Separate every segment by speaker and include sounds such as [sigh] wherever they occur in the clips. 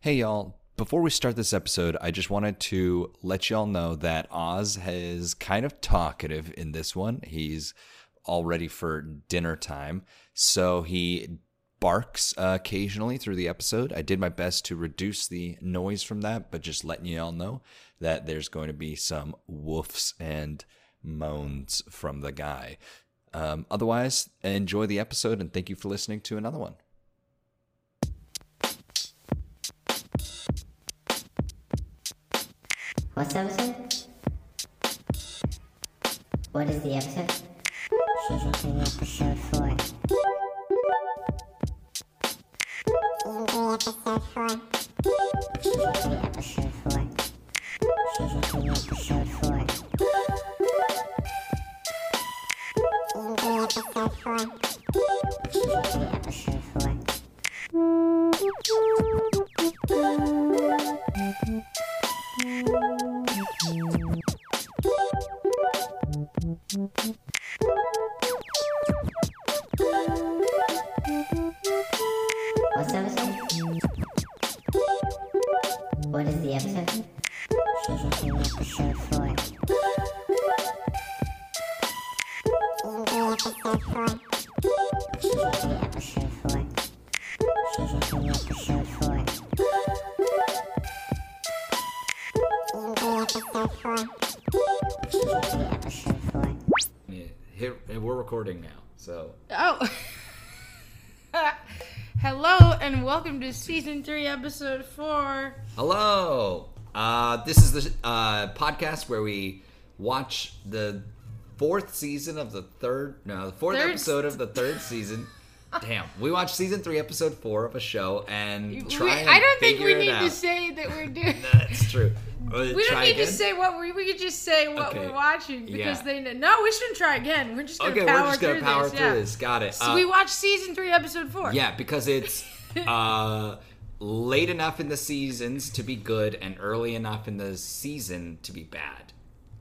Speaker 1: Hey, y'all. Before we start this episode, I just wanted to let y'all know that Oz is kind of talkative in this one. He's all ready for dinner time. So he barks uh, occasionally through the episode. I did my best to reduce the noise from that, but just letting y'all know that there's going to be some woofs and moans from the guy. Um, otherwise, enjoy the episode and thank you for listening to another one.
Speaker 2: What's the episode? What is the episode? Season 3, episode 4. Season 3, episode 4. Season 3, episode 4. Season 3, episode 4. Season 3, episode 4. Season 3, episode 4. What's the episode? What is the episode? Season 3, episode 4. Season 3, episode 4. Season 3, episode 4. Season 3, episode 4. Season 3, episode 4. Season 3, episode 4.
Speaker 3: Yeah, here and we're recording now. So
Speaker 4: Oh. [laughs] Hello and welcome to season three, episode four.
Speaker 3: hello, uh, this is the uh, podcast where we watch the fourth season of the third no the fourth
Speaker 4: Third
Speaker 3: episode of the third
Speaker 4: [laughs]
Speaker 3: season. Damn, we watch season three, episode four of a show and try.
Speaker 4: We-
Speaker 3: and
Speaker 4: I don't think we
Speaker 3: figure it
Speaker 4: need
Speaker 3: out.
Speaker 4: to say that we're doing.
Speaker 3: [laughs] That's true. Uh,
Speaker 4: [laughs] We don't
Speaker 3: try
Speaker 4: need
Speaker 3: again?
Speaker 4: to say what we we could just say what
Speaker 3: Okay.
Speaker 4: we're watching because
Speaker 3: Yeah.
Speaker 4: they know. No, we shouldn't try again. We're just gonna
Speaker 3: Okay, we're
Speaker 4: power
Speaker 3: just gonna
Speaker 4: through
Speaker 3: power
Speaker 4: this.
Speaker 3: through
Speaker 4: yeah.
Speaker 3: this. Got it.
Speaker 4: So
Speaker 3: Uh,
Speaker 4: we watched season three, episode four.
Speaker 3: Yeah, because
Speaker 4: [laughs]
Speaker 3: it's uh, late enough in the seasons to be good and early enough in the season to be bad.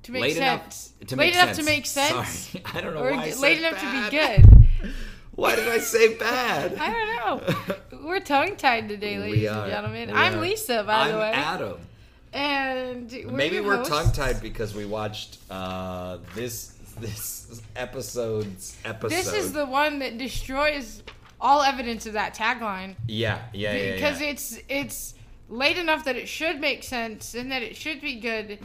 Speaker 4: to make
Speaker 3: late
Speaker 4: sense.
Speaker 3: enough to
Speaker 4: late
Speaker 3: make
Speaker 4: enough
Speaker 3: sense.
Speaker 4: to make sense.
Speaker 3: Sorry. [laughs] I don't know
Speaker 4: Or
Speaker 3: why I
Speaker 4: d-
Speaker 3: said
Speaker 4: late enough to
Speaker 3: bad.
Speaker 4: be good.
Speaker 3: [laughs] Why did I
Speaker 4: [laughs]
Speaker 3: say bad?
Speaker 4: I
Speaker 3: [laughs]
Speaker 4: don't know. We're tongue tied today,
Speaker 3: We
Speaker 4: ladies
Speaker 3: are.
Speaker 4: and gentlemen.
Speaker 3: We
Speaker 4: I'm
Speaker 3: are.
Speaker 4: Lisa, by
Speaker 3: I'm
Speaker 4: the way,
Speaker 3: Adam.
Speaker 4: and we're
Speaker 3: Maybe
Speaker 4: your
Speaker 3: we're
Speaker 4: hosts.
Speaker 3: tongue tied because we watched uh, this this episode's episode.
Speaker 4: This is the one that destroys all evidence of that tagline
Speaker 3: yeah yeah yeah
Speaker 4: because
Speaker 3: yeah.
Speaker 4: it's it's late enough that it should make sense and that it should be good.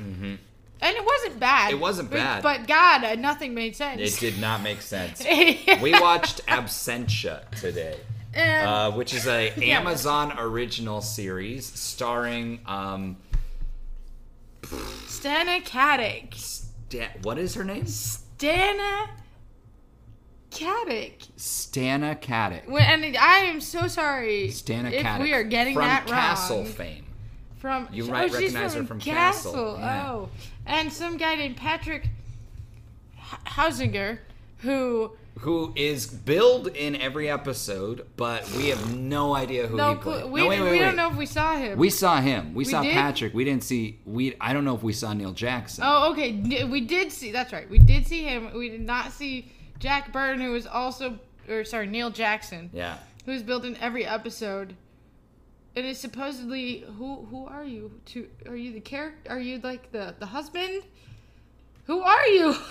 Speaker 4: And it wasn't bad.
Speaker 3: Mm-hmm. It wasn't
Speaker 4: But-
Speaker 3: bad.
Speaker 4: But God, uh, nothing made sense.
Speaker 3: it did not make
Speaker 4: [laughs]
Speaker 3: sense.
Speaker 4: did.
Speaker 3: we watched Absentia today. uh, which is a
Speaker 4: Um, [laughs] Yeah.
Speaker 3: Amazon original series starring um,
Speaker 4: Stana Katic.
Speaker 3: Sta- what is her name?
Speaker 4: Stana Katic.
Speaker 3: Stana Katic.
Speaker 4: When- And I am so sorry
Speaker 3: Stana
Speaker 4: if
Speaker 3: Katic
Speaker 4: we are getting
Speaker 3: from
Speaker 4: that wrong.
Speaker 3: Castle fame.
Speaker 4: From
Speaker 3: You
Speaker 4: oh,
Speaker 3: might
Speaker 4: she's
Speaker 3: recognize her
Speaker 4: from
Speaker 3: from
Speaker 4: Castle.
Speaker 3: Castle, yeah.
Speaker 4: Oh, and some guy named Patrick H- Hausinger, who
Speaker 3: who is billed in every episode, but we have no idea who
Speaker 4: no,
Speaker 3: he played.
Speaker 4: clue- we,
Speaker 3: no, wait,
Speaker 4: we
Speaker 3: wait,
Speaker 4: don't
Speaker 3: wait.
Speaker 4: know if we saw him.
Speaker 3: We saw him. We, saw
Speaker 4: did?
Speaker 3: Patrick. We didn't see. We I don't know if we saw Neil Jackson.
Speaker 4: oh, okay, N- we did see. That's right, we did see him. We did not see Jack Byrne, who was also, or sorry, Neil Jackson,
Speaker 3: Yeah.
Speaker 4: who's built in every episode. And it's supposedly who who are you to are you the character are you like the the husband? Who are you? [laughs]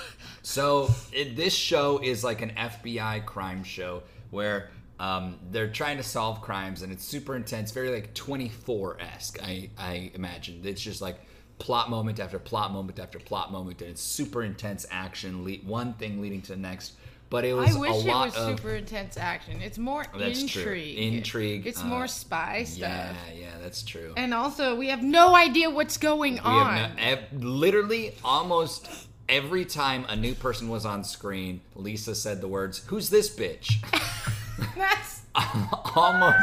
Speaker 3: So it, this show is like an FBI crime show where um, they're trying to solve crimes, and it's super intense, very like 24 esque. I I imagine it's just like plot moment after plot moment after plot moment, and it's super intense action. Le- one thing leading to the next. But it was
Speaker 4: I wish
Speaker 3: a
Speaker 4: it
Speaker 3: lot
Speaker 4: was
Speaker 3: of Oh,
Speaker 4: super intense action. It's more
Speaker 3: That's true.
Speaker 4: intrigue.
Speaker 3: Intrigue,
Speaker 4: It's
Speaker 3: uh,
Speaker 4: more spy stuff.
Speaker 3: yeah, yeah, that's true.
Speaker 4: And also, we have no idea what's going
Speaker 3: We
Speaker 4: on.
Speaker 3: have no, ev- literally almost every time a new person was on screen, Lisa said the words, "Who's this bitch?"
Speaker 4: [laughs]
Speaker 3: [laughs]
Speaker 4: That's
Speaker 3: almost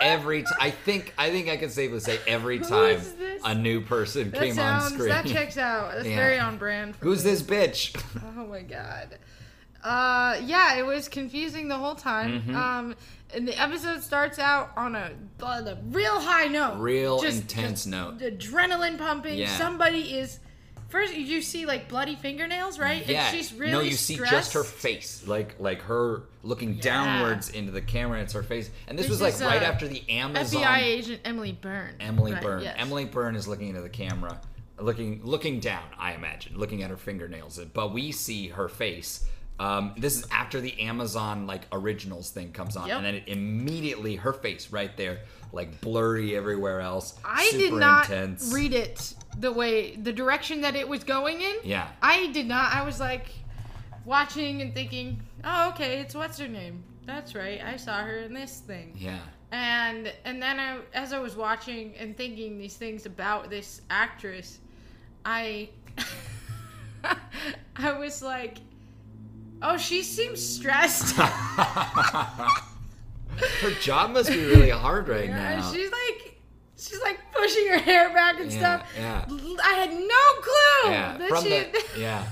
Speaker 3: every time. I think I think I can safely say every time
Speaker 4: is this?
Speaker 3: a new person
Speaker 4: that
Speaker 3: came
Speaker 4: sounds
Speaker 3: on screen.
Speaker 4: that checks out. That's
Speaker 3: Yeah.
Speaker 4: very on brand.
Speaker 3: [laughs]
Speaker 4: For
Speaker 3: Who's
Speaker 4: me.
Speaker 3: this bitch?
Speaker 4: Oh my god. Uh, yeah, it was confusing the whole time.
Speaker 3: Mm-hmm.
Speaker 4: Um, and the episode starts out on a, on a real high note,
Speaker 3: Real
Speaker 4: Just-
Speaker 3: intense
Speaker 4: just
Speaker 3: note.
Speaker 4: adrenaline pumping.
Speaker 3: Yeah.
Speaker 4: Somebody is First, you see like bloody fingernails, right?
Speaker 3: Yeah.
Speaker 4: [laughs] And she's really
Speaker 3: no, you see just her
Speaker 4: stressed.
Speaker 3: face, like like her looking downwards into the camera. It's her face, and this
Speaker 4: This
Speaker 3: was like
Speaker 4: is,
Speaker 3: right
Speaker 4: uh,
Speaker 3: after the Amazon.
Speaker 4: FBI agent Emily Byrne.
Speaker 3: um, Emily
Speaker 4: Right,
Speaker 3: Byrne.
Speaker 4: yes.
Speaker 3: Emily Byrne is looking into the camera, looking looking down. I imagine looking at her fingernails, but we see her face. Um, this is after the Amazon like originals thing comes on,
Speaker 4: Yep.
Speaker 3: and then it immediately her face right there, like blurry everywhere else.
Speaker 4: I
Speaker 3: super
Speaker 4: did not
Speaker 3: intense.
Speaker 4: read it the way the direction that it was going in.
Speaker 3: Yeah.
Speaker 4: I did not. I was like watching and thinking, "Oh, okay, it's what's her name." That's right. I saw her in this thing.
Speaker 3: Yeah. [laughs]
Speaker 4: and and then I, as I was watching and thinking these things about this actress, I [laughs] I was like, oh, she seems stressed.
Speaker 3: Her job must be really hard right now.
Speaker 4: she's like. She's like pushing her hair back and
Speaker 3: Yeah,
Speaker 4: stuff.
Speaker 3: yeah.
Speaker 4: L- I had no clue
Speaker 3: yeah.
Speaker 4: that
Speaker 3: From
Speaker 4: she. [laughs]
Speaker 3: the, yeah.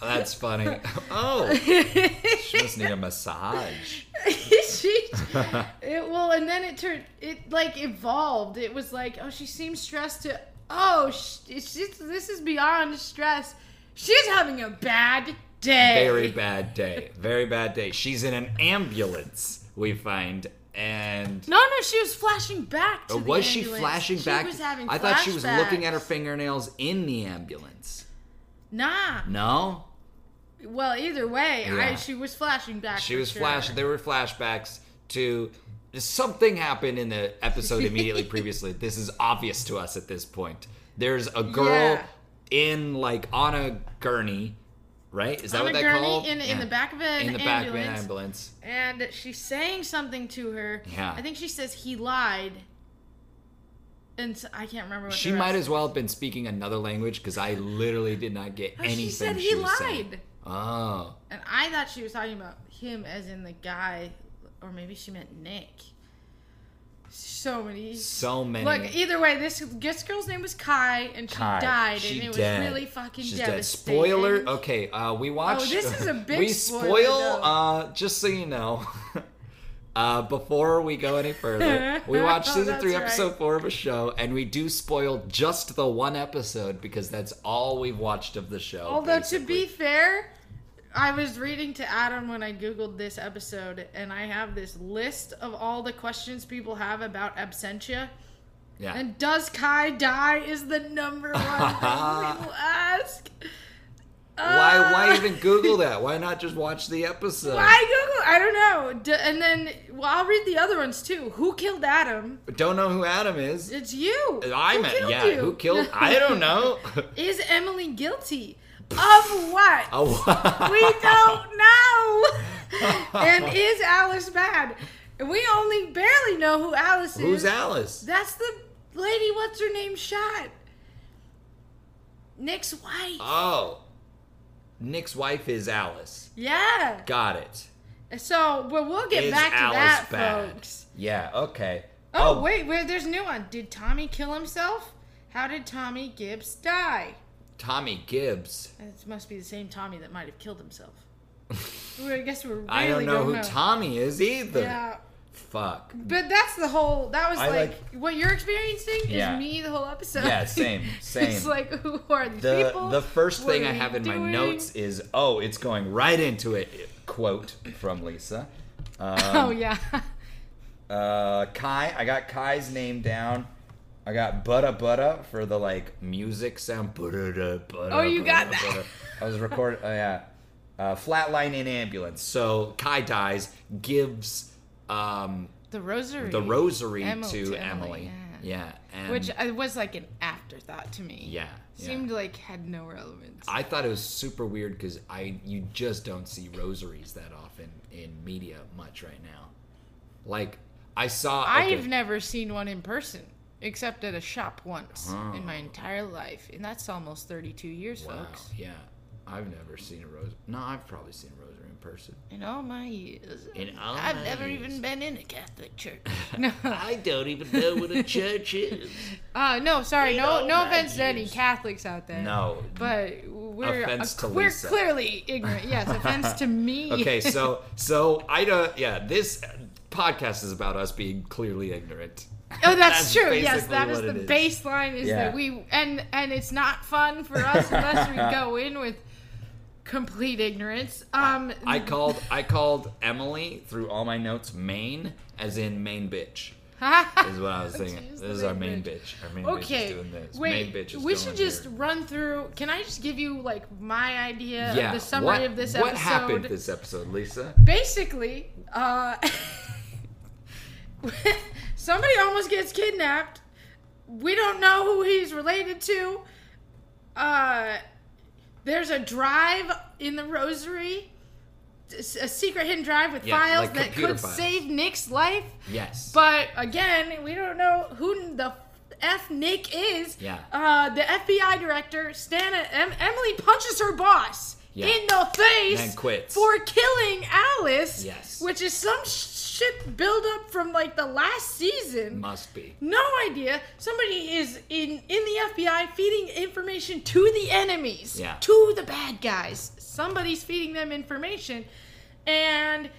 Speaker 3: That's funny. Oh, she must need a massage.
Speaker 4: she
Speaker 3: [laughs]
Speaker 4: it well and then it turned it like evolved it was like oh she seems stressed to oh she, she's, this is beyond stress she's having a bad day
Speaker 3: Very bad day. Very bad day. She's in an ambulance, we find. And
Speaker 4: no no she was flashing back to
Speaker 3: Or
Speaker 4: the
Speaker 3: Uh, was she
Speaker 4: ambulance.
Speaker 3: flashing
Speaker 4: She
Speaker 3: back?
Speaker 4: was having
Speaker 3: I thought she was looking at her
Speaker 4: flashbacks.
Speaker 3: fingernails in the ambulance.
Speaker 4: nah
Speaker 3: No?
Speaker 4: well either way I,
Speaker 3: Yeah.
Speaker 4: she was flashing back
Speaker 3: She
Speaker 4: for
Speaker 3: was
Speaker 4: sure.
Speaker 3: flash. There were flashbacks to something happened in the episode
Speaker 4: [laughs]
Speaker 3: immediately previously. This is obvious to us at this point. There's a girl
Speaker 4: Yeah.
Speaker 3: in like on a gurney, right? Is that
Speaker 4: On
Speaker 3: what
Speaker 4: a
Speaker 3: that
Speaker 4: gurney
Speaker 3: called?
Speaker 4: in- in the back of an
Speaker 3: in the back of an
Speaker 4: ambulance.
Speaker 3: ambulance.
Speaker 4: and she's saying something to her
Speaker 3: Yeah.
Speaker 4: i think she says he lied and so, i can't remember what
Speaker 3: She
Speaker 4: the
Speaker 3: might as
Speaker 4: rest-
Speaker 3: well have been speaking another language because I literally did not get
Speaker 4: Oh,
Speaker 3: anything.
Speaker 4: she said he
Speaker 3: was
Speaker 4: lied
Speaker 3: saying. Oh,
Speaker 4: And I thought she was talking about him as in the guy, or maybe she meant Nick. So many.
Speaker 3: so many.
Speaker 4: Look, either way, this this girl's name was Kai, and she
Speaker 3: Kai.
Speaker 4: died,
Speaker 3: She
Speaker 4: and it
Speaker 3: dead.
Speaker 4: was really fucking
Speaker 3: She's dead.
Speaker 4: devastating. Oh,
Speaker 3: Spoiler. Okay, uh, we watched.
Speaker 4: this
Speaker 3: [laughs]
Speaker 4: is a big
Speaker 3: We
Speaker 4: spoiler,
Speaker 3: spoil.
Speaker 4: though.
Speaker 3: uh, just so you know, [laughs] uh, before we go any
Speaker 4: [laughs]
Speaker 3: further, we watched
Speaker 4: Oh,
Speaker 3: season
Speaker 4: that's
Speaker 3: three,
Speaker 4: right.
Speaker 3: episode four of a show, and we do spoil just the one episode because that's all we've watched of the show.
Speaker 4: Although to be
Speaker 3: basically.
Speaker 4: fair, I was reading to Adam when I googled this episode, and I have this list of all the questions people have about absentia.
Speaker 3: yeah,
Speaker 4: And does Kai die is the number one
Speaker 3: [laughs]
Speaker 4: thing people ask.
Speaker 3: why? Why
Speaker 4: [laughs] Ah.
Speaker 3: even Google that? Why not just watch the episode?
Speaker 4: I Google. I don't know. D- and then, well, I'll read the other ones too. Who killed Adam?
Speaker 3: Don't know who Adam is.
Speaker 4: It's you.
Speaker 3: I
Speaker 4: Who
Speaker 3: meant,
Speaker 4: killed
Speaker 3: yeah,
Speaker 4: you?
Speaker 3: who killed?
Speaker 4: [laughs]
Speaker 3: I don't know. [laughs]
Speaker 4: Is Emily guilty of what?
Speaker 3: oh,
Speaker 4: We don't know. and is Alice bad? And we only barely know who Alice
Speaker 3: [laughs]
Speaker 4: is.
Speaker 3: Who's Alice?
Speaker 4: That's the lady. What's her name? Shot. Nick's wife.
Speaker 3: Oh. Nick's wife is Alice.
Speaker 4: yeah.
Speaker 3: Got it.
Speaker 4: So, but we'll get
Speaker 3: Is
Speaker 4: back to
Speaker 3: Alice
Speaker 4: that,
Speaker 3: bad?
Speaker 4: folks.
Speaker 3: Yeah, okay.
Speaker 4: Oh, wait, wait, there's a new one. Did Tommy kill himself? How did Tommy Gibbs die?
Speaker 3: Tommy Gibbs.
Speaker 4: It must be the same Tommy that might have
Speaker 3: [laughs]
Speaker 4: killed himself. Well, I guess we're really
Speaker 3: I don't know who
Speaker 4: know.
Speaker 3: Tommy is either.
Speaker 4: Yeah,
Speaker 3: Fuck.
Speaker 4: but that's the whole. That was
Speaker 3: I
Speaker 4: like,
Speaker 3: like-
Speaker 4: what you're experiencing
Speaker 3: Yeah.
Speaker 4: is me the whole episode.
Speaker 3: Yeah, same, same.
Speaker 4: [laughs] it's like who are the,
Speaker 3: The
Speaker 4: people?
Speaker 3: the first
Speaker 4: What
Speaker 3: thing
Speaker 4: are
Speaker 3: I
Speaker 4: we
Speaker 3: have in my
Speaker 4: doing?
Speaker 3: notes is oh, it's going right into it. Quote from
Speaker 4: [laughs]
Speaker 3: Lisa.
Speaker 4: [laughs]
Speaker 3: Um,
Speaker 4: oh yeah, [laughs]
Speaker 3: Uh, Kai, I got Kai's name down. I got Butta Butta for the like music sound. Butta Butta.
Speaker 4: Oh, you got
Speaker 3: butta, butta.
Speaker 4: that.
Speaker 3: I was recording. Oh yeah. Uh, flatline in ambulance. So Kai dies. Gives um,
Speaker 4: the rosary.
Speaker 3: the rosary
Speaker 4: Emil-
Speaker 3: to, Emily. Yeah. and-
Speaker 4: Which uh, was like an afterthought to me.
Speaker 3: yeah, yeah.
Speaker 4: Seemed like had no relevance.
Speaker 3: I thought it was super weird because I you just don't see rosaries that often in media much right now. Like I saw. okay.
Speaker 4: I've never seen one in person, except at a shop once in my entire life, and that's almost 32 years,
Speaker 3: Oh. Wow.
Speaker 4: folks.
Speaker 3: Yeah. I've never seen a rose. No, I've probably seen a rosary in person.
Speaker 4: In all my years,
Speaker 3: In all
Speaker 4: I've
Speaker 3: my
Speaker 4: never
Speaker 3: years.
Speaker 4: even been in a Catholic
Speaker 3: [laughs]
Speaker 4: church. no,
Speaker 3: I don't even know what [laughs] a church is.
Speaker 4: uh, no, sorry, no,
Speaker 3: all
Speaker 4: no
Speaker 3: my
Speaker 4: offense to any
Speaker 3: years.
Speaker 4: Catholics out there.
Speaker 3: No.
Speaker 4: but we're uh,
Speaker 3: Offense to
Speaker 4: we're
Speaker 3: Lisa.
Speaker 4: clearly
Speaker 3: [laughs]
Speaker 4: ignorant. Yes, offense to me.
Speaker 3: Okay, so so I don't. Yeah, this podcast is about us being clearly ignorant.
Speaker 4: [laughs] Oh, that's,
Speaker 3: That's
Speaker 4: true. Yes,
Speaker 3: basically
Speaker 4: that is
Speaker 3: what
Speaker 4: the
Speaker 3: it is.
Speaker 4: baseline. Is
Speaker 3: Yeah.
Speaker 4: that we and and it's not fun for us
Speaker 3: [laughs]
Speaker 4: unless we go in with complete ignorance. Um,
Speaker 3: I
Speaker 4: [laughs]
Speaker 3: called I called Emily through all my notes Maine as in Maine bitch is what I was thinking.
Speaker 4: She's
Speaker 3: this
Speaker 4: Oh, the
Speaker 3: is our
Speaker 4: main
Speaker 3: main
Speaker 4: bitch.
Speaker 3: bitch. Our main bitch is
Speaker 4: okay.
Speaker 3: doing this. main
Speaker 4: Wait,
Speaker 3: bitch is
Speaker 4: we
Speaker 3: going
Speaker 4: should just
Speaker 3: here.
Speaker 4: run through. Can I just give you like my idea
Speaker 3: yeah.
Speaker 4: of the summary
Speaker 3: what,
Speaker 4: of this
Speaker 3: what
Speaker 4: episode?
Speaker 3: happened this episode, Lisa?
Speaker 4: Basically, uh, [laughs] somebody almost gets kidnapped. We don't know who he's related to. Uh, there's a drive in the rosary, a secret hidden drive with
Speaker 3: Yeah,
Speaker 4: files
Speaker 3: like
Speaker 4: that
Speaker 3: computer
Speaker 4: could
Speaker 3: files.
Speaker 4: save Nick's life.
Speaker 3: Yes.
Speaker 4: But again, we don't know who the f Nick is.
Speaker 3: Yeah.
Speaker 4: Uh, the FBI director, Stana em- Emily punches her boss
Speaker 3: Yeah.
Speaker 4: in the face
Speaker 3: And quits.
Speaker 4: for killing Alice.
Speaker 3: Yes.
Speaker 4: Which is some shit buildup from like the last season.
Speaker 3: must be.
Speaker 4: no idea. Somebody is in in the FBI feeding information to the enemies,
Speaker 3: Yeah.
Speaker 4: to the bad guys. Somebody's feeding them information, and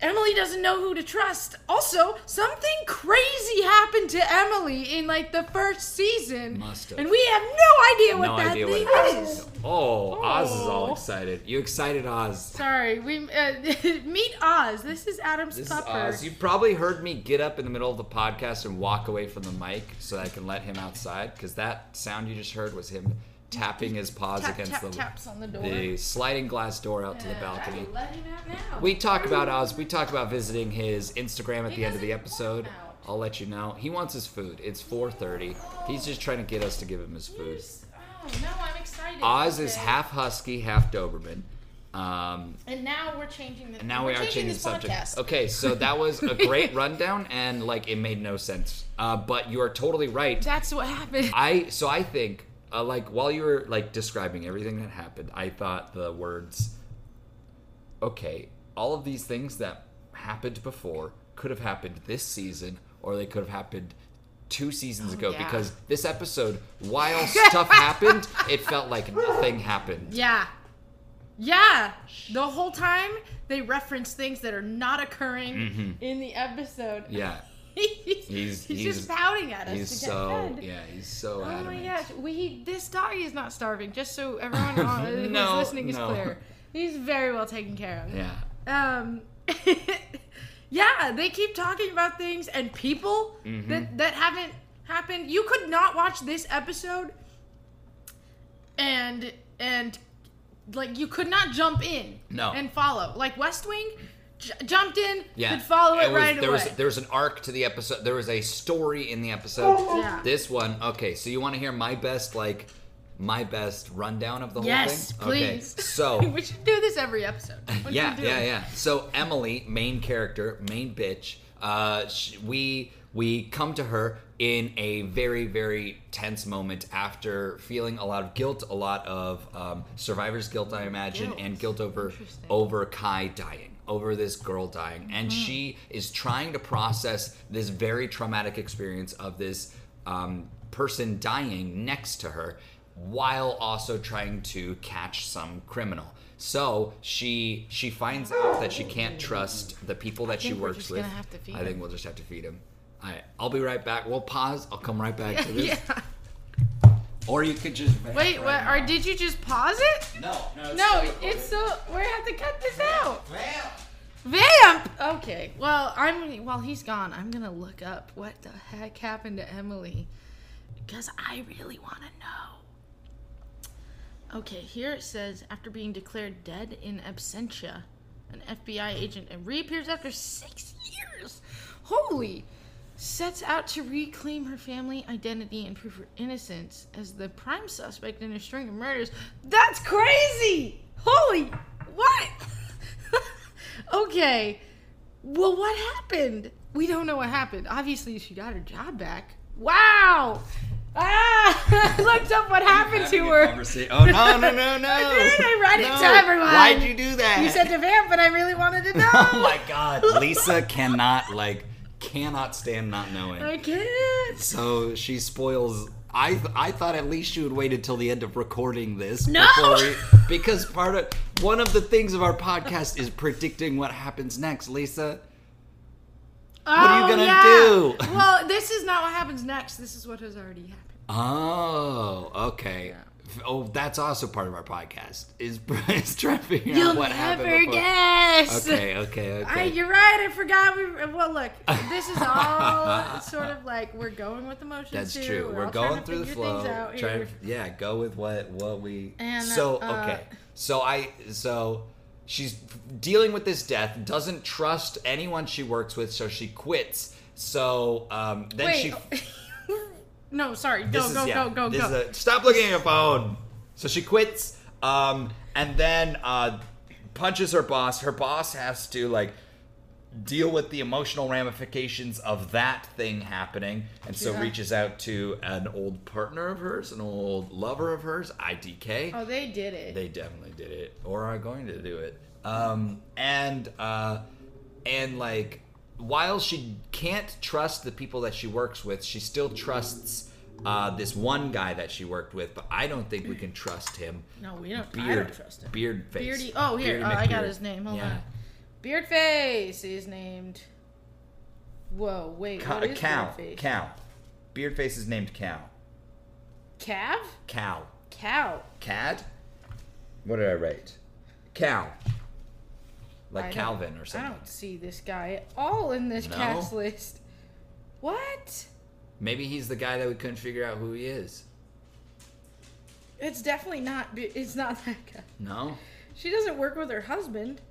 Speaker 4: Emily doesn't know who to trust. Also, something crazy happened to Emily in like the first season.
Speaker 3: Must have.
Speaker 4: And we have no idea what
Speaker 3: no
Speaker 4: that
Speaker 3: idea
Speaker 4: thing
Speaker 3: what it
Speaker 4: is.
Speaker 3: is. Oh, Oz is all
Speaker 4: Oh.
Speaker 3: excited. You excited, Oz?
Speaker 4: Sorry, we uh, [laughs] meet Oz. This is Adam's
Speaker 3: This
Speaker 4: pupper.
Speaker 3: is Oz. You probably heard me get up in the middle of the podcast and walk away from the mic so that I can let him outside because that sound you just heard was him tapping his paws
Speaker 4: Tap,
Speaker 3: against
Speaker 4: tap,
Speaker 3: the,
Speaker 4: taps on the door.
Speaker 3: the sliding glass door out to the
Speaker 4: Uh,
Speaker 3: balcony.
Speaker 4: I can let him out now.
Speaker 3: We talk about Oz. We talk about visiting his Instagram at
Speaker 4: He
Speaker 3: the end of the
Speaker 4: doesn't
Speaker 3: episode.
Speaker 4: want out.
Speaker 3: I'll let you know. He wants his food. It's 4:30. He's just trying to get us to give him his food.
Speaker 4: Yes. Oh no, I'm excited.
Speaker 3: Oz is
Speaker 4: Okay.
Speaker 3: half husky, half Doberman. Um,
Speaker 4: And now we're changing the.
Speaker 3: and now we
Speaker 4: we're
Speaker 3: are changing the
Speaker 4: this
Speaker 3: subject.
Speaker 4: Podcast.
Speaker 3: Okay, so that was
Speaker 4: [laughs]
Speaker 3: a great rundown, and like it made no sense. Uh, but you are totally right.
Speaker 4: That's what happened.
Speaker 3: I so I think uh, like while you were like describing everything that happened, I thought the words, okay, all of these things that happened before could have happened this season, or they could have happened two seasons ago.
Speaker 4: Oh, yeah.
Speaker 3: Because this episode,
Speaker 4: [laughs]
Speaker 3: while stuff happened, it felt like nothing happened.
Speaker 4: yeah. Yeah. The whole time they reference things that are not occurring in the episode.
Speaker 3: Mm-hmm. Yeah,
Speaker 4: [laughs] he's,
Speaker 3: He's-
Speaker 4: he's,
Speaker 3: he's-
Speaker 4: just pouting at us
Speaker 3: he's
Speaker 4: to get
Speaker 3: so
Speaker 4: fed.
Speaker 3: yeah, he's so
Speaker 4: Oh
Speaker 3: adamant.
Speaker 4: my gosh, we this dog is not starving. Just
Speaker 3: [laughs]
Speaker 4: so everyone on- who's
Speaker 3: No,
Speaker 4: listening is
Speaker 3: no.
Speaker 4: clear, he's very well taken care of.
Speaker 3: Yeah.
Speaker 4: um [laughs] yeah they keep talking about things and people
Speaker 3: Mm-hmm.
Speaker 4: that that haven't happened you could not watch this episode and and like you could not jump in
Speaker 3: No.
Speaker 4: and follow like west wing j- jumped in
Speaker 3: Yeah,
Speaker 4: could follow it,
Speaker 3: was,
Speaker 4: right
Speaker 3: there
Speaker 4: away
Speaker 3: Was, there was an arc to the episode. There was a story in the episode.
Speaker 4: Yeah.
Speaker 3: This one, okay. So you want to hear my best, like, my best rundown of the
Speaker 4: yes
Speaker 3: whole thing?
Speaker 4: please
Speaker 3: Okay.
Speaker 4: [laughs]
Speaker 3: So
Speaker 4: we should do this every episode What do
Speaker 3: yeah,
Speaker 4: we do?
Speaker 3: yeah,
Speaker 4: [laughs]
Speaker 3: yeah. So Emily, main character, main bitch. Uh, sh we we come to her in a very very tense moment after feeling a lot of guilt, a lot of um, survivor's guilt, I imagine,
Speaker 4: Guilt.
Speaker 3: and guilt over
Speaker 4: Interesting. Mm-hmm.
Speaker 3: over Kai dying, over this girl dying, and she is trying to process this very traumatic experience of this um, person dying next to her, while also trying to catch some criminal. So she she finds out that she can't trust the people that she
Speaker 4: think we're
Speaker 3: works
Speaker 4: just
Speaker 3: with.
Speaker 4: gonna have to feed
Speaker 3: I think
Speaker 4: him.
Speaker 3: we'll just have to feed him. All right, I'll be right back. We'll pause. I'll come right back
Speaker 4: [laughs]
Speaker 3: to this.
Speaker 4: Yeah.
Speaker 3: Or you could just
Speaker 4: wait what or did you just pause it
Speaker 3: No, no,
Speaker 4: No, it's so we have to cut this out. Vamp. Okay. Well, I'm while he's gone, I'm gonna look up what the heck happened to Emily, because I really want to know. Okay. Here it says after being declared dead in absentia, an FBI agent and reappears after six years. Holy. Sets out to reclaim her family identity and prove her innocence as the prime suspect in a string of murders. That's crazy! Holy, what? [laughs] okay. Well, what happened? We don't know what happened. Obviously, she got her job back. Wow! Ah! [laughs] I looked up what happened to her.
Speaker 3: Oh no, no, no, no!
Speaker 4: [laughs] I did. I read it to
Speaker 3: No.
Speaker 4: everyone.
Speaker 3: Why'd you do that? [laughs]
Speaker 4: You said to vamp, but I really wanted to know.
Speaker 3: Oh my god,
Speaker 4: [laughs]
Speaker 3: Lisa cannot like cannot stand not
Speaker 4: I
Speaker 3: knowing.
Speaker 4: can't.
Speaker 3: So she spoils. I I thought at least she would wait until the end of recording this
Speaker 4: No! [laughs]
Speaker 3: because part of one of the things of our podcast is predicting what happens next. Lisa, What are you
Speaker 4: Oh,
Speaker 3: gonna
Speaker 4: yeah.
Speaker 3: do?
Speaker 4: well, this is not what happens next. This is what has already happened.
Speaker 3: Oh, okay. F- Oh, that's also part of our podcast. Is [laughs] is trying to figure
Speaker 4: You'll
Speaker 3: out what happened.
Speaker 4: never
Speaker 3: before-
Speaker 4: guess.
Speaker 3: Okay, okay, okay.
Speaker 4: I, you're right. I forgot. We well, look. This is
Speaker 3: [laughs]
Speaker 4: all sort of like we're going with emotions.
Speaker 3: That's
Speaker 4: too.
Speaker 3: true. We're
Speaker 4: all trying
Speaker 3: going
Speaker 4: to
Speaker 3: through the
Speaker 4: figure things
Speaker 3: flow.
Speaker 4: out
Speaker 3: trying
Speaker 4: here.
Speaker 3: to, yeah, go with what what we.
Speaker 4: And,
Speaker 3: so
Speaker 4: uh,
Speaker 3: okay, so I so she's dealing with this death. Doesn't trust anyone she works with, so she quits. So um, then she.
Speaker 4: [laughs] Wait. oh, no, sorry. Go,
Speaker 3: This is-
Speaker 4: go,
Speaker 3: yeah,
Speaker 4: go, go,
Speaker 3: this
Speaker 4: go,
Speaker 3: is a- stop looking at your phone. So she quits, um, and then uh, punches her boss. Her boss has to like deal with the emotional ramifications of that thing happening, and so
Speaker 4: Yeah.
Speaker 3: reaches out to an old partner of hers, an old lover of hers, IDK.
Speaker 4: Oh, they did it.
Speaker 3: They definitely did it, or are going to do it. Um, and uh, and like, while she can't trust the people that she works with, she still trusts uh, this one guy that she worked with. But I don't think we can trust him.
Speaker 4: no, we don't. I
Speaker 3: Beard,
Speaker 4: don't trust him.
Speaker 3: beard face.
Speaker 4: Beardy. Oh, here.
Speaker 3: Beardy
Speaker 4: oh, I got
Speaker 3: McBeard.
Speaker 4: his name. Hold
Speaker 3: yeah.
Speaker 4: on. Beardface is named. Whoa, wait.
Speaker 3: Ca-
Speaker 4: what is
Speaker 3: cow.
Speaker 4: Beardface?
Speaker 3: Cow. Beard face is named Cow.
Speaker 4: Cav?
Speaker 3: Cow.
Speaker 4: Cow.
Speaker 3: Cad. What did I write? Cow. Like
Speaker 4: I don't-
Speaker 3: Calvin or something.
Speaker 4: I don't see this guy at all in this
Speaker 3: No?
Speaker 4: cast list. What?
Speaker 3: Maybe he's the guy that we couldn't figure out who he is.
Speaker 4: It's definitely not. Be- It's not [laughs] that guy.
Speaker 3: No.
Speaker 4: She doesn't work with her husband.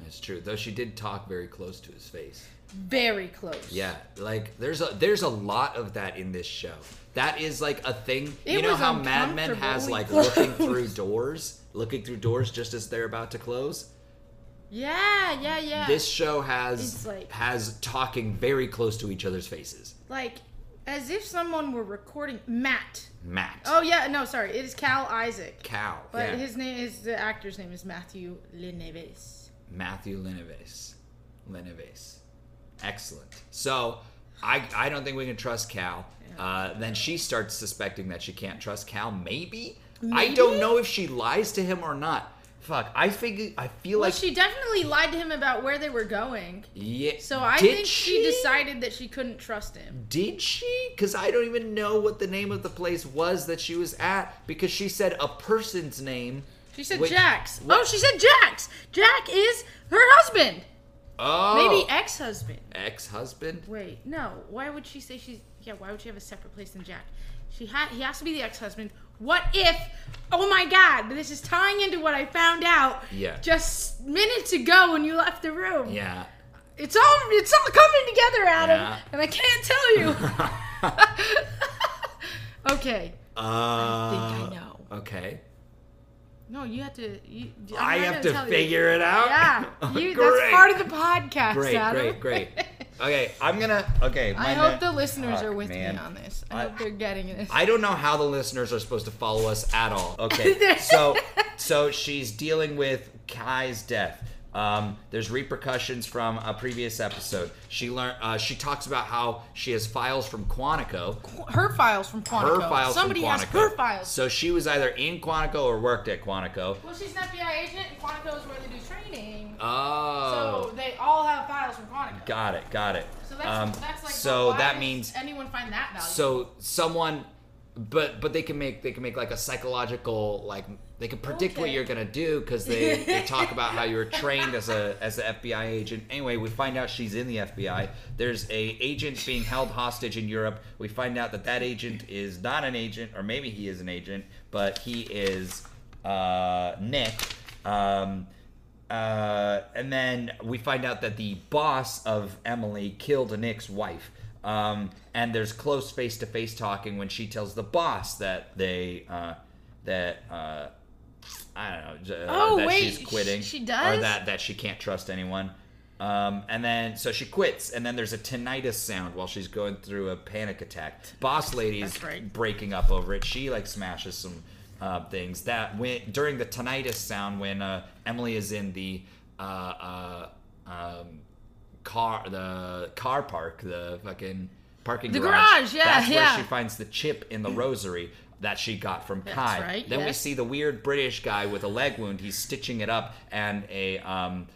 Speaker 3: That's true. Though she did talk very close to his face.
Speaker 4: Very close.
Speaker 3: Yeah, like there's a there's a lot of that in this show. That is like a thing. you
Speaker 4: It
Speaker 3: know
Speaker 4: was
Speaker 3: how Mad Men has like
Speaker 4: uncomfortably
Speaker 3: looking
Speaker 4: close.
Speaker 3: through doors, looking through doors just as they're about to close.
Speaker 4: Yeah, yeah, yeah.
Speaker 3: This show has
Speaker 4: It's like-
Speaker 3: has talking very close to each other's faces.
Speaker 4: like, as if someone were recording. Matt.
Speaker 3: Matt.
Speaker 4: Oh yeah, no, sorry. It is Cal Isaac.
Speaker 3: Cow.
Speaker 4: But
Speaker 3: yeah.
Speaker 4: his name is the actor's name is Matthew Lenevis.
Speaker 3: Matthew Lineves. Lineves. Excellent. So I, I don't think we can trust Cal. Uh, then she starts suspecting that she can't trust Cal. Maybe? I don't
Speaker 4: Maybe?
Speaker 3: know if she lies to him or not. Fuck. I figure I feel
Speaker 4: Well,
Speaker 3: like
Speaker 4: she definitely lied to him about where they were going.
Speaker 3: yeah.
Speaker 4: So I
Speaker 3: Did
Speaker 4: think she decided that she couldn't trust him.
Speaker 3: Did she? Because I don't even know what the name of the place was that she was at. Because she said a person's name.
Speaker 4: She said
Speaker 3: Wait,
Speaker 4: Jack's.
Speaker 3: what-
Speaker 4: Oh, she said Jack's. Jack is her husband.
Speaker 3: Oh.
Speaker 4: Maybe ex-husband.
Speaker 3: ex-husband.
Speaker 4: Wait, no. Why would she say she's? Yeah, why would she have a separate place than Jack? She ha- he has to be the ex-husband. What if? Oh my God! But this is tying into what I found out.
Speaker 3: Yeah.
Speaker 4: Just minutes ago when you left the room.
Speaker 3: Yeah.
Speaker 4: It's all it's all coming together, Adam,
Speaker 3: Yeah.
Speaker 4: and I can't tell
Speaker 3: [laughs]
Speaker 4: you. okay.
Speaker 3: Uh,
Speaker 4: I know.
Speaker 3: Okay.
Speaker 4: No, you have to. You, I'm
Speaker 3: I have
Speaker 4: not gonna
Speaker 3: to
Speaker 4: tell you.
Speaker 3: figure it out. [laughs] Oh,
Speaker 4: Yeah, you, that's
Speaker 3: Great.
Speaker 4: part of the podcast.
Speaker 3: Great,
Speaker 4: Adam.
Speaker 3: great,
Speaker 4: [laughs]
Speaker 3: great. Okay, I'm gonna. Okay,
Speaker 4: I
Speaker 3: my
Speaker 4: hope
Speaker 3: ne-
Speaker 4: the listeners
Speaker 3: Fuck,
Speaker 4: are with
Speaker 3: man.
Speaker 4: me on this. I,
Speaker 3: I-
Speaker 4: hope they're getting this.
Speaker 3: I don't know how the listeners are supposed to follow us at
Speaker 4: [laughs]
Speaker 3: all. Okay, so so she's dealing with Kai's death. Um, there's repercussions from a previous episode. She learned. Uh, she talks about how she has files from Quantico.
Speaker 4: her files from Quantico.
Speaker 3: Her files
Speaker 4: Somebody
Speaker 3: from Quantico.
Speaker 4: has her files.
Speaker 3: So she was either in Quantico or worked at Quantico.
Speaker 4: well, she's an FBI agent, and Quantico is where they do training.
Speaker 3: Oh.
Speaker 4: So they all have files from Quantico.
Speaker 3: got it. Got it.
Speaker 4: So that's,
Speaker 3: Um,
Speaker 4: that's like.
Speaker 3: so
Speaker 4: why
Speaker 3: that
Speaker 4: does
Speaker 3: means
Speaker 4: anyone find that valuable?
Speaker 3: so someone but but they can make they can make like a psychological like they can predict what
Speaker 4: Okay.
Speaker 3: you're gonna do because they, they talk about how you
Speaker 4: [laughs]
Speaker 3: were trained as a as an FBI agent. Anyway, we find out she's in the FBI. There's a agent being held hostage in Europe. We find out that that agent is not an agent, or maybe he is an agent, but he is uh, Nick. Um, uh, and then we find out that the boss of Emily killed Nick's wife. Um, and there's close face to face talking when she tells the boss that they uh, that uh, I don't know j- uh,
Speaker 4: Oh,
Speaker 3: that
Speaker 4: wait,
Speaker 3: she's quitting.
Speaker 4: she- she does?
Speaker 3: or that that she can't trust anyone. Um, and then so she quits, and then there's a tinnitus sound while she's going through a panic attack. Boss lady's
Speaker 4: That's right.
Speaker 3: breaking up over it. She like smashes some uh, things that went during the tinnitus sound when uh, Emily is in the uh, uh, um, car, the car park, the fucking parking
Speaker 4: The
Speaker 3: garage.
Speaker 4: garage, yeah,
Speaker 3: That's
Speaker 4: yeah.
Speaker 3: where she finds the chip in the rosary that she got from
Speaker 4: That's
Speaker 3: Kai.
Speaker 4: right,
Speaker 3: then we
Speaker 4: yes.
Speaker 3: see the weird British guy with a leg wound. He's stitching it up, and a um,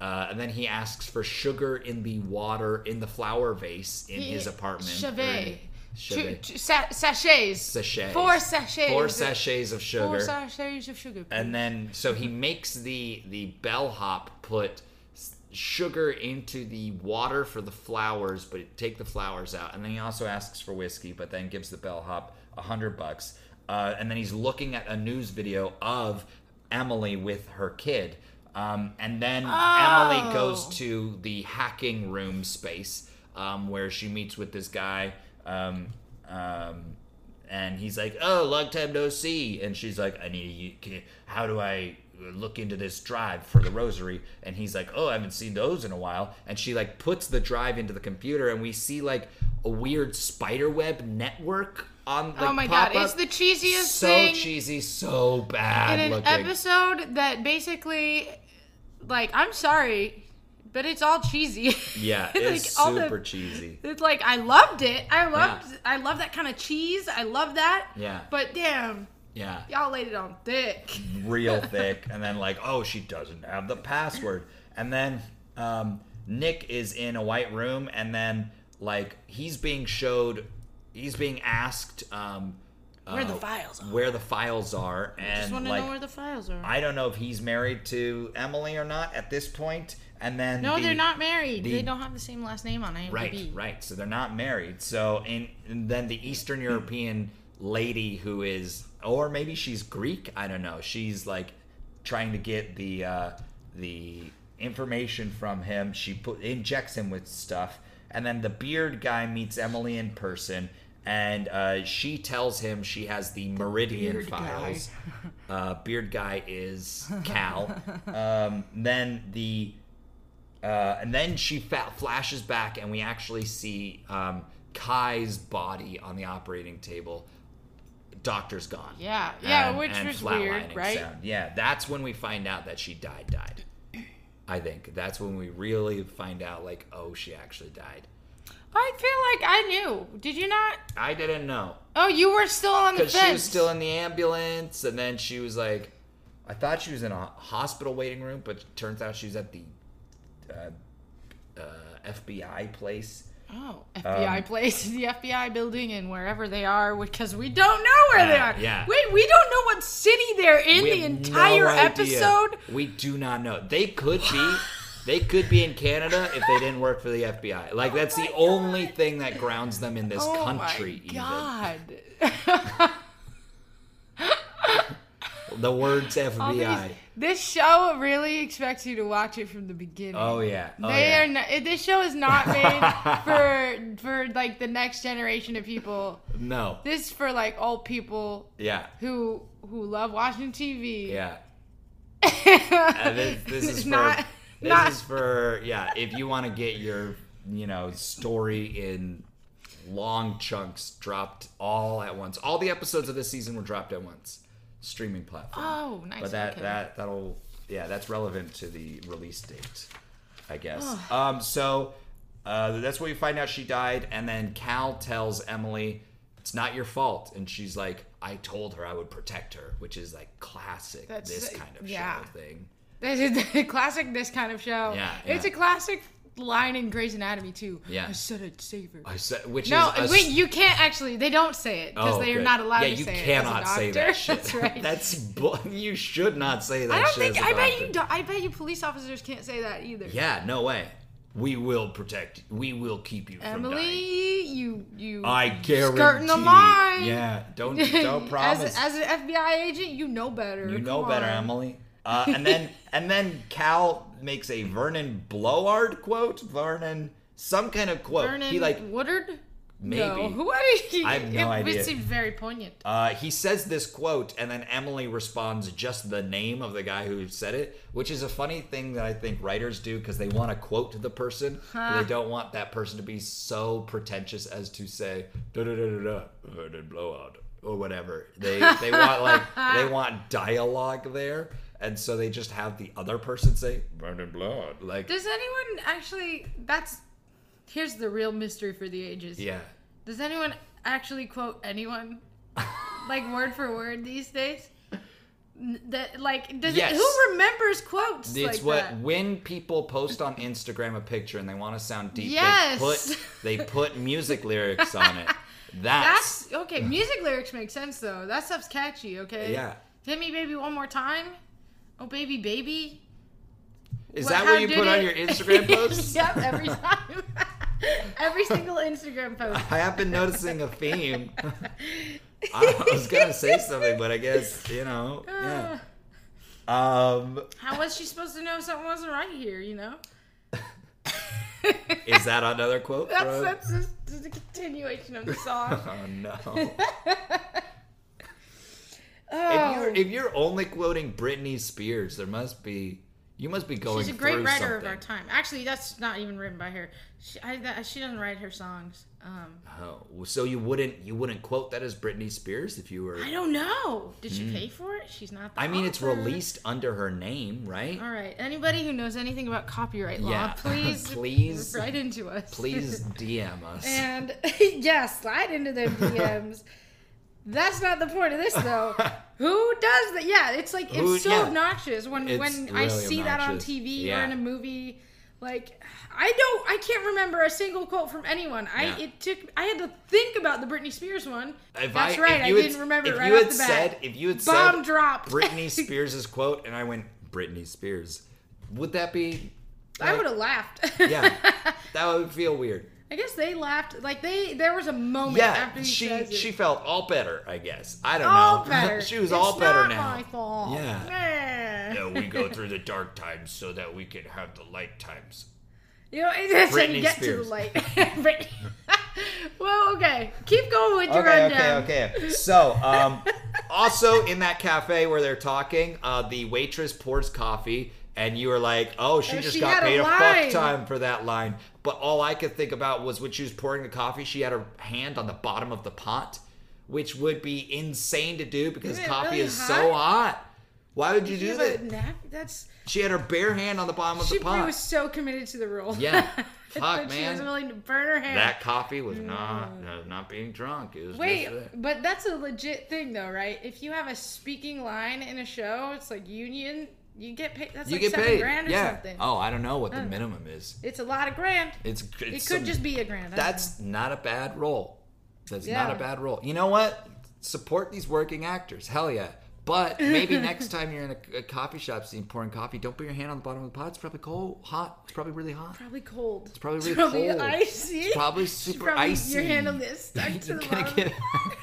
Speaker 3: uh, Uh, and then he asks for sugar in the water in the flower vase in
Speaker 4: He-
Speaker 3: his apartment. or
Speaker 4: Chevet.
Speaker 3: in-
Speaker 4: Two,
Speaker 3: Chevet.
Speaker 4: two, sa- sachets.
Speaker 3: Sachets.
Speaker 4: Four sachets.
Speaker 3: Four
Speaker 4: of-
Speaker 3: sachets of sugar.
Speaker 4: Four sachets of sugar.
Speaker 3: and then so he makes the the bellhop put s- sugar into the water for the flowers but take the flowers out and then he also asks for whiskey but then gives the bellhop a hundred bucks uh, and then he's looking at a news video of emily with her kid um, and then emily goes
Speaker 4: Oh.
Speaker 3: to the hacking room space um, where she meets with this guy um, um, and he's like oh long time no see and she's like i need you can, how do i look into this drive for the rosary and he's like oh i haven't seen those in a while and she like puts the drive into the computer and we see like a weird spider web network on like,
Speaker 4: oh my
Speaker 3: pop
Speaker 4: god, it's
Speaker 3: up.
Speaker 4: the cheesiest
Speaker 3: so
Speaker 4: thing
Speaker 3: cheesy so bad
Speaker 4: in an
Speaker 3: looking
Speaker 4: episode that basically, like, I'm sorry, but it's all cheesy. [laughs]
Speaker 3: yeah
Speaker 4: Like,
Speaker 3: it's
Speaker 4: all the-
Speaker 3: super cheesy
Speaker 4: It's like I loved it. I loved.
Speaker 3: Yeah.
Speaker 4: I love that kind of cheese. I love that.
Speaker 3: Yeah.
Speaker 4: But damn,
Speaker 3: yeah
Speaker 4: y'all laid it on thick. [laughs]
Speaker 3: real thick and then like oh she doesn't have the password and then um, nick is in a white room and then like he's being showed he's being asked um,
Speaker 4: Where the files are.
Speaker 3: where the files are and
Speaker 4: Just want to
Speaker 3: like
Speaker 4: know where the files are.
Speaker 3: i don't know if he's married to emily or not at this point and then
Speaker 4: no,
Speaker 3: the-
Speaker 4: they're not married.
Speaker 3: the-
Speaker 4: they don't have the same last name on IMDb.
Speaker 3: Right, right. So they're not married. So and, and then the Eastern European lady who is, or maybe she's Greek. I don't know. She's like trying to get the uh, the information from him. She put, injects him with stuff, and then the beard guy meets Emily in person, and uh, she tells him she has the, Meridian
Speaker 4: beard guy. [laughs]
Speaker 3: files. Uh, beard guy is Cal. um, then the uh, and then she fa- flashes back, and we actually see um, Kai's body on the operating table. Doctor's gone.
Speaker 4: Yeah, yeah,
Speaker 3: And-
Speaker 4: which
Speaker 3: and
Speaker 4: was weird,
Speaker 3: flatlining
Speaker 4: right?
Speaker 3: Yeah, that's when we find out that she died. Died. I think that's when we really find out, like, oh, she actually died.
Speaker 4: I feel like I knew. Did you not?
Speaker 3: I didn't know
Speaker 4: Oh, you were still on the
Speaker 3: because
Speaker 4: fence.
Speaker 3: she was still in the ambulance, and then she was like, I thought she was in a hospital waiting room, but turns out she was at the uh, uh, FBI place. Um,
Speaker 4: Oh, FBI place, [laughs] the FBI building, and wherever they are, because we don't know where they
Speaker 3: Yeah,
Speaker 4: are.
Speaker 3: yeah.
Speaker 4: We, we don't know what city they're in
Speaker 3: We
Speaker 4: the
Speaker 3: have no
Speaker 4: entire
Speaker 3: idea.
Speaker 4: episode.
Speaker 3: We do not know. They could be. They could be in Canada if they didn't work for the FBI. Like that's the only thing that grounds them in this
Speaker 4: Oh
Speaker 3: country.
Speaker 4: my God.
Speaker 3: [laughs]
Speaker 4: [laughs]
Speaker 3: Even the words
Speaker 4: All these-
Speaker 3: FBI.
Speaker 4: this show really expects you to watch it from the beginning.
Speaker 3: Oh yeah. Oh,
Speaker 4: they
Speaker 3: yeah.
Speaker 4: are not, this show is
Speaker 3: [laughs]
Speaker 4: not made for for like the next generation of people.
Speaker 3: no.
Speaker 4: This is for like old people
Speaker 3: Yeah.
Speaker 4: who who love watching TV. [laughs]
Speaker 3: Yeah. And
Speaker 4: and
Speaker 3: this, this is for.
Speaker 4: not
Speaker 3: this
Speaker 4: not
Speaker 3: is for. Yeah. If you want to get your, you know, story in long chunks dropped all at once. All the episodes of this season were dropped at once. Streaming platform.
Speaker 4: Oh, nice.
Speaker 3: but that
Speaker 4: okay.
Speaker 3: that that'll yeah that's relevant to the release date i guess um so uh, that's where you find out she died and then cal tells emily it's not your fault and she's like i told her i would protect her which is like classic
Speaker 4: That's
Speaker 3: this
Speaker 4: like-
Speaker 3: kind of
Speaker 4: yeah.
Speaker 3: show thing
Speaker 4: This is [laughs] the classic this kind of show.
Speaker 3: Yeah,
Speaker 4: It's a
Speaker 3: yeah.
Speaker 4: classic line in Grey's Anatomy too.
Speaker 3: Yeah.
Speaker 4: I said it, savor.
Speaker 3: I said- which
Speaker 4: No,
Speaker 3: is a
Speaker 4: wait,
Speaker 3: s-
Speaker 4: you can't actually. They don't say it because
Speaker 3: Oh,
Speaker 4: they are
Speaker 3: good.
Speaker 4: not allowed
Speaker 3: yeah,
Speaker 4: to
Speaker 3: you
Speaker 4: say
Speaker 3: cannot
Speaker 4: it. as a
Speaker 3: say
Speaker 4: doctor. [laughs]
Speaker 3: that shit
Speaker 4: That's
Speaker 3: [laughs]
Speaker 4: right.
Speaker 3: that's bu- you should not say that
Speaker 4: I don't
Speaker 3: shit
Speaker 4: think.
Speaker 3: as a
Speaker 4: I bet
Speaker 3: doctor.
Speaker 4: you. Don't, I bet you police officers can't say that either.
Speaker 3: yeah no way we will protect we will keep you from dying
Speaker 4: Emily, you you.
Speaker 3: I guarantee.
Speaker 4: skirting the line.
Speaker 3: Yeah,
Speaker 4: [laughs]
Speaker 3: don't don't promise.
Speaker 4: As, as an FBI agent, you know better.
Speaker 3: you
Speaker 4: Come
Speaker 3: know better,
Speaker 4: on.
Speaker 3: Emily. Uh, and
Speaker 4: [laughs]
Speaker 3: then and then Cal makes a Vernon Blowhard quote. Vernon, some kind of quote.
Speaker 4: Vernon
Speaker 3: Oh, He like
Speaker 4: Woodard. No.
Speaker 3: Maybe.
Speaker 4: Who are you?
Speaker 3: I have no
Speaker 4: [laughs] it,
Speaker 3: idea.
Speaker 4: It seems very poignant.
Speaker 3: uh, he says this quote, and then Emily responds just the name of the guy who said it, which is a funny thing that I think writers do because they want to quote the person, but they don't want that person to be so pretentious as to say da da da da da Vernon Blowhard or whatever. They they want like they want dialogue there, and so they just have the other person say Vernon Blowhard like.
Speaker 4: Does anyone actually? That's here's the real mystery for the ages.
Speaker 3: yeah.
Speaker 4: Does anyone actually quote anyone, like word for word these days? N- That like does
Speaker 3: Yes.
Speaker 4: it, who remembers quotes
Speaker 3: It's
Speaker 4: like
Speaker 3: what
Speaker 4: that?
Speaker 3: when people post on Instagram a picture and they want to sound deep,
Speaker 4: Yes.
Speaker 3: they put they put music lyrics on
Speaker 4: [laughs]
Speaker 3: it. That's,
Speaker 4: That's okay. Music lyrics make sense though. That stuff's catchy. Okay.
Speaker 3: Mm-hmm. Yeah.
Speaker 4: Hit me, baby, one more time. Oh, baby, baby.
Speaker 3: is
Speaker 4: Well,
Speaker 3: that
Speaker 4: how
Speaker 3: what you
Speaker 4: did
Speaker 3: put on
Speaker 4: it-
Speaker 3: your
Speaker 4: [laughs]
Speaker 3: Instagram posts?
Speaker 4: yep, every time. [laughs] every single Instagram post.
Speaker 3: [laughs] I have been noticing a
Speaker 4: [laughs]
Speaker 3: theme. I was gonna say something, but I guess you know. Yeah. Um,
Speaker 4: How was she supposed to know something wasn't right here?
Speaker 3: [laughs]
Speaker 4: You know. [laughs]
Speaker 3: is that another quote?
Speaker 4: That's
Speaker 3: bro?
Speaker 4: that's just, just a continuation of the song.
Speaker 3: [laughs]
Speaker 4: [laughs]
Speaker 3: oh no. If
Speaker 4: oh,
Speaker 3: you're, if you're only quoting Britney Spears, there must be you must be going.
Speaker 4: she's a great
Speaker 3: through
Speaker 4: writer of
Speaker 3: something.
Speaker 4: our time. Actually, that's not even written by her. She I, that, she doesn't write her songs. Um,
Speaker 3: Oh, so you wouldn't you wouldn't quote that as Britney Spears if you were.
Speaker 4: I
Speaker 3: I,
Speaker 4: don't know. Did she pay for it? She's not. The
Speaker 3: Hmm. mean, it's
Speaker 4: author.
Speaker 3: released under her name, right?
Speaker 4: All right. Anybody who knows anything about copyright law,
Speaker 3: Yeah. [laughs]
Speaker 4: please,
Speaker 3: Please.
Speaker 4: [laughs] write into us. [laughs]
Speaker 3: Please DM us. [laughs]
Speaker 4: And [laughs] yeah, slide into their DMs. That's not the point of this
Speaker 3: [laughs]
Speaker 4: though. Who does that? Yeah, it's like
Speaker 3: Who-
Speaker 4: it's so
Speaker 3: yeah.
Speaker 4: obnoxious when
Speaker 3: It's
Speaker 4: when I
Speaker 3: really
Speaker 4: see that on
Speaker 3: obnoxious.
Speaker 4: TV or
Speaker 3: Yeah.
Speaker 4: in a movie. Like I don't, I can't remember a single quote from anyone. I
Speaker 3: Yeah.
Speaker 4: it took, I had to think about the Britney Spears one.
Speaker 3: If
Speaker 4: That's
Speaker 3: I,
Speaker 4: right,
Speaker 3: if
Speaker 4: I
Speaker 3: you had-
Speaker 4: didn't remember
Speaker 3: If
Speaker 4: it right
Speaker 3: you
Speaker 4: off
Speaker 3: had
Speaker 4: the bat.
Speaker 3: said, if you had
Speaker 4: Bomb
Speaker 3: said
Speaker 4: dropped. [laughs]
Speaker 3: Britney Spears's quote, and I went Britney Spears, would that be?
Speaker 4: I
Speaker 3: like,
Speaker 4: would have laughed. [laughs]
Speaker 3: Yeah, that would feel weird.
Speaker 4: I guess they laughed. Like they, there was a moment
Speaker 3: Yeah,
Speaker 4: after he
Speaker 3: she
Speaker 4: says it.
Speaker 3: she felt all better, I guess. I don't
Speaker 4: all
Speaker 3: know. [laughs]
Speaker 4: better.
Speaker 3: she was
Speaker 4: It's
Speaker 3: all better
Speaker 4: not
Speaker 3: now.
Speaker 4: My fault.
Speaker 3: Yeah.
Speaker 4: Meh.
Speaker 3: Yeah, we go through the dark times so that we can have the light times.
Speaker 4: [laughs] You know, it doesn't
Speaker 3: Britney
Speaker 4: get to
Speaker 3: Spears.
Speaker 4: the light. [laughs] Britney. well, okay. Keep going with your
Speaker 3: Okay, okay,
Speaker 4: rundown.
Speaker 3: okay. So, um, also in that cafe where they're talking, uh, the waitress pours coffee, and you were like, "Oh, she
Speaker 4: Oh,
Speaker 3: just
Speaker 4: she
Speaker 3: got
Speaker 4: had a
Speaker 3: paid a
Speaker 4: line.
Speaker 3: fuck time for that line." But all I could think about was when she was pouring the coffee, she had her hand on the bottom of the pot, which would be insane to do because
Speaker 4: Isn't it
Speaker 3: coffee
Speaker 4: really
Speaker 3: is so hot. Why would you do
Speaker 4: You have
Speaker 3: that?
Speaker 4: a nap- That's
Speaker 3: She had her bare hand on the bottom of
Speaker 4: she
Speaker 3: the pot.
Speaker 4: was so committed to the role. [laughs]
Speaker 3: Yeah.
Speaker 4: But
Speaker 3: Fuck,
Speaker 4: She was
Speaker 3: man.
Speaker 4: willing to burn her hand.
Speaker 3: That coffee was not uh, not being drunk. It was
Speaker 4: Mm. Wait,
Speaker 3: just that.
Speaker 4: but that's a legit thing though, right? If you have a speaking line in a show, it's like union. You get paid. That's
Speaker 3: you
Speaker 4: like
Speaker 3: get
Speaker 4: seven
Speaker 3: paid.
Speaker 4: grand or
Speaker 3: yeah.
Speaker 4: something.
Speaker 3: Oh, I don't know what the minimum is.
Speaker 4: It's a lot of grand.
Speaker 3: It's, it's
Speaker 4: It could
Speaker 3: some-
Speaker 4: just be a grand. I don't
Speaker 3: That's not a bad role. That's
Speaker 4: Yeah.
Speaker 3: not a bad role. You know what? Support these working actors. Hell yeah. But
Speaker 4: [laughs]
Speaker 3: maybe next time you're in a, a coffee shop scene pouring coffee, don't put your hand on the bottom of the pot. It's probably cold, hot. It's probably really hot.
Speaker 4: Probably cold. It's
Speaker 3: probably really cold.
Speaker 4: icy.
Speaker 3: It's probably super
Speaker 4: probably,
Speaker 3: icy.
Speaker 4: Your hand
Speaker 3: [laughs]
Speaker 4: on this stuck
Speaker 3: You're
Speaker 4: to the
Speaker 3: gonna
Speaker 4: bottom.
Speaker 3: get- [laughs]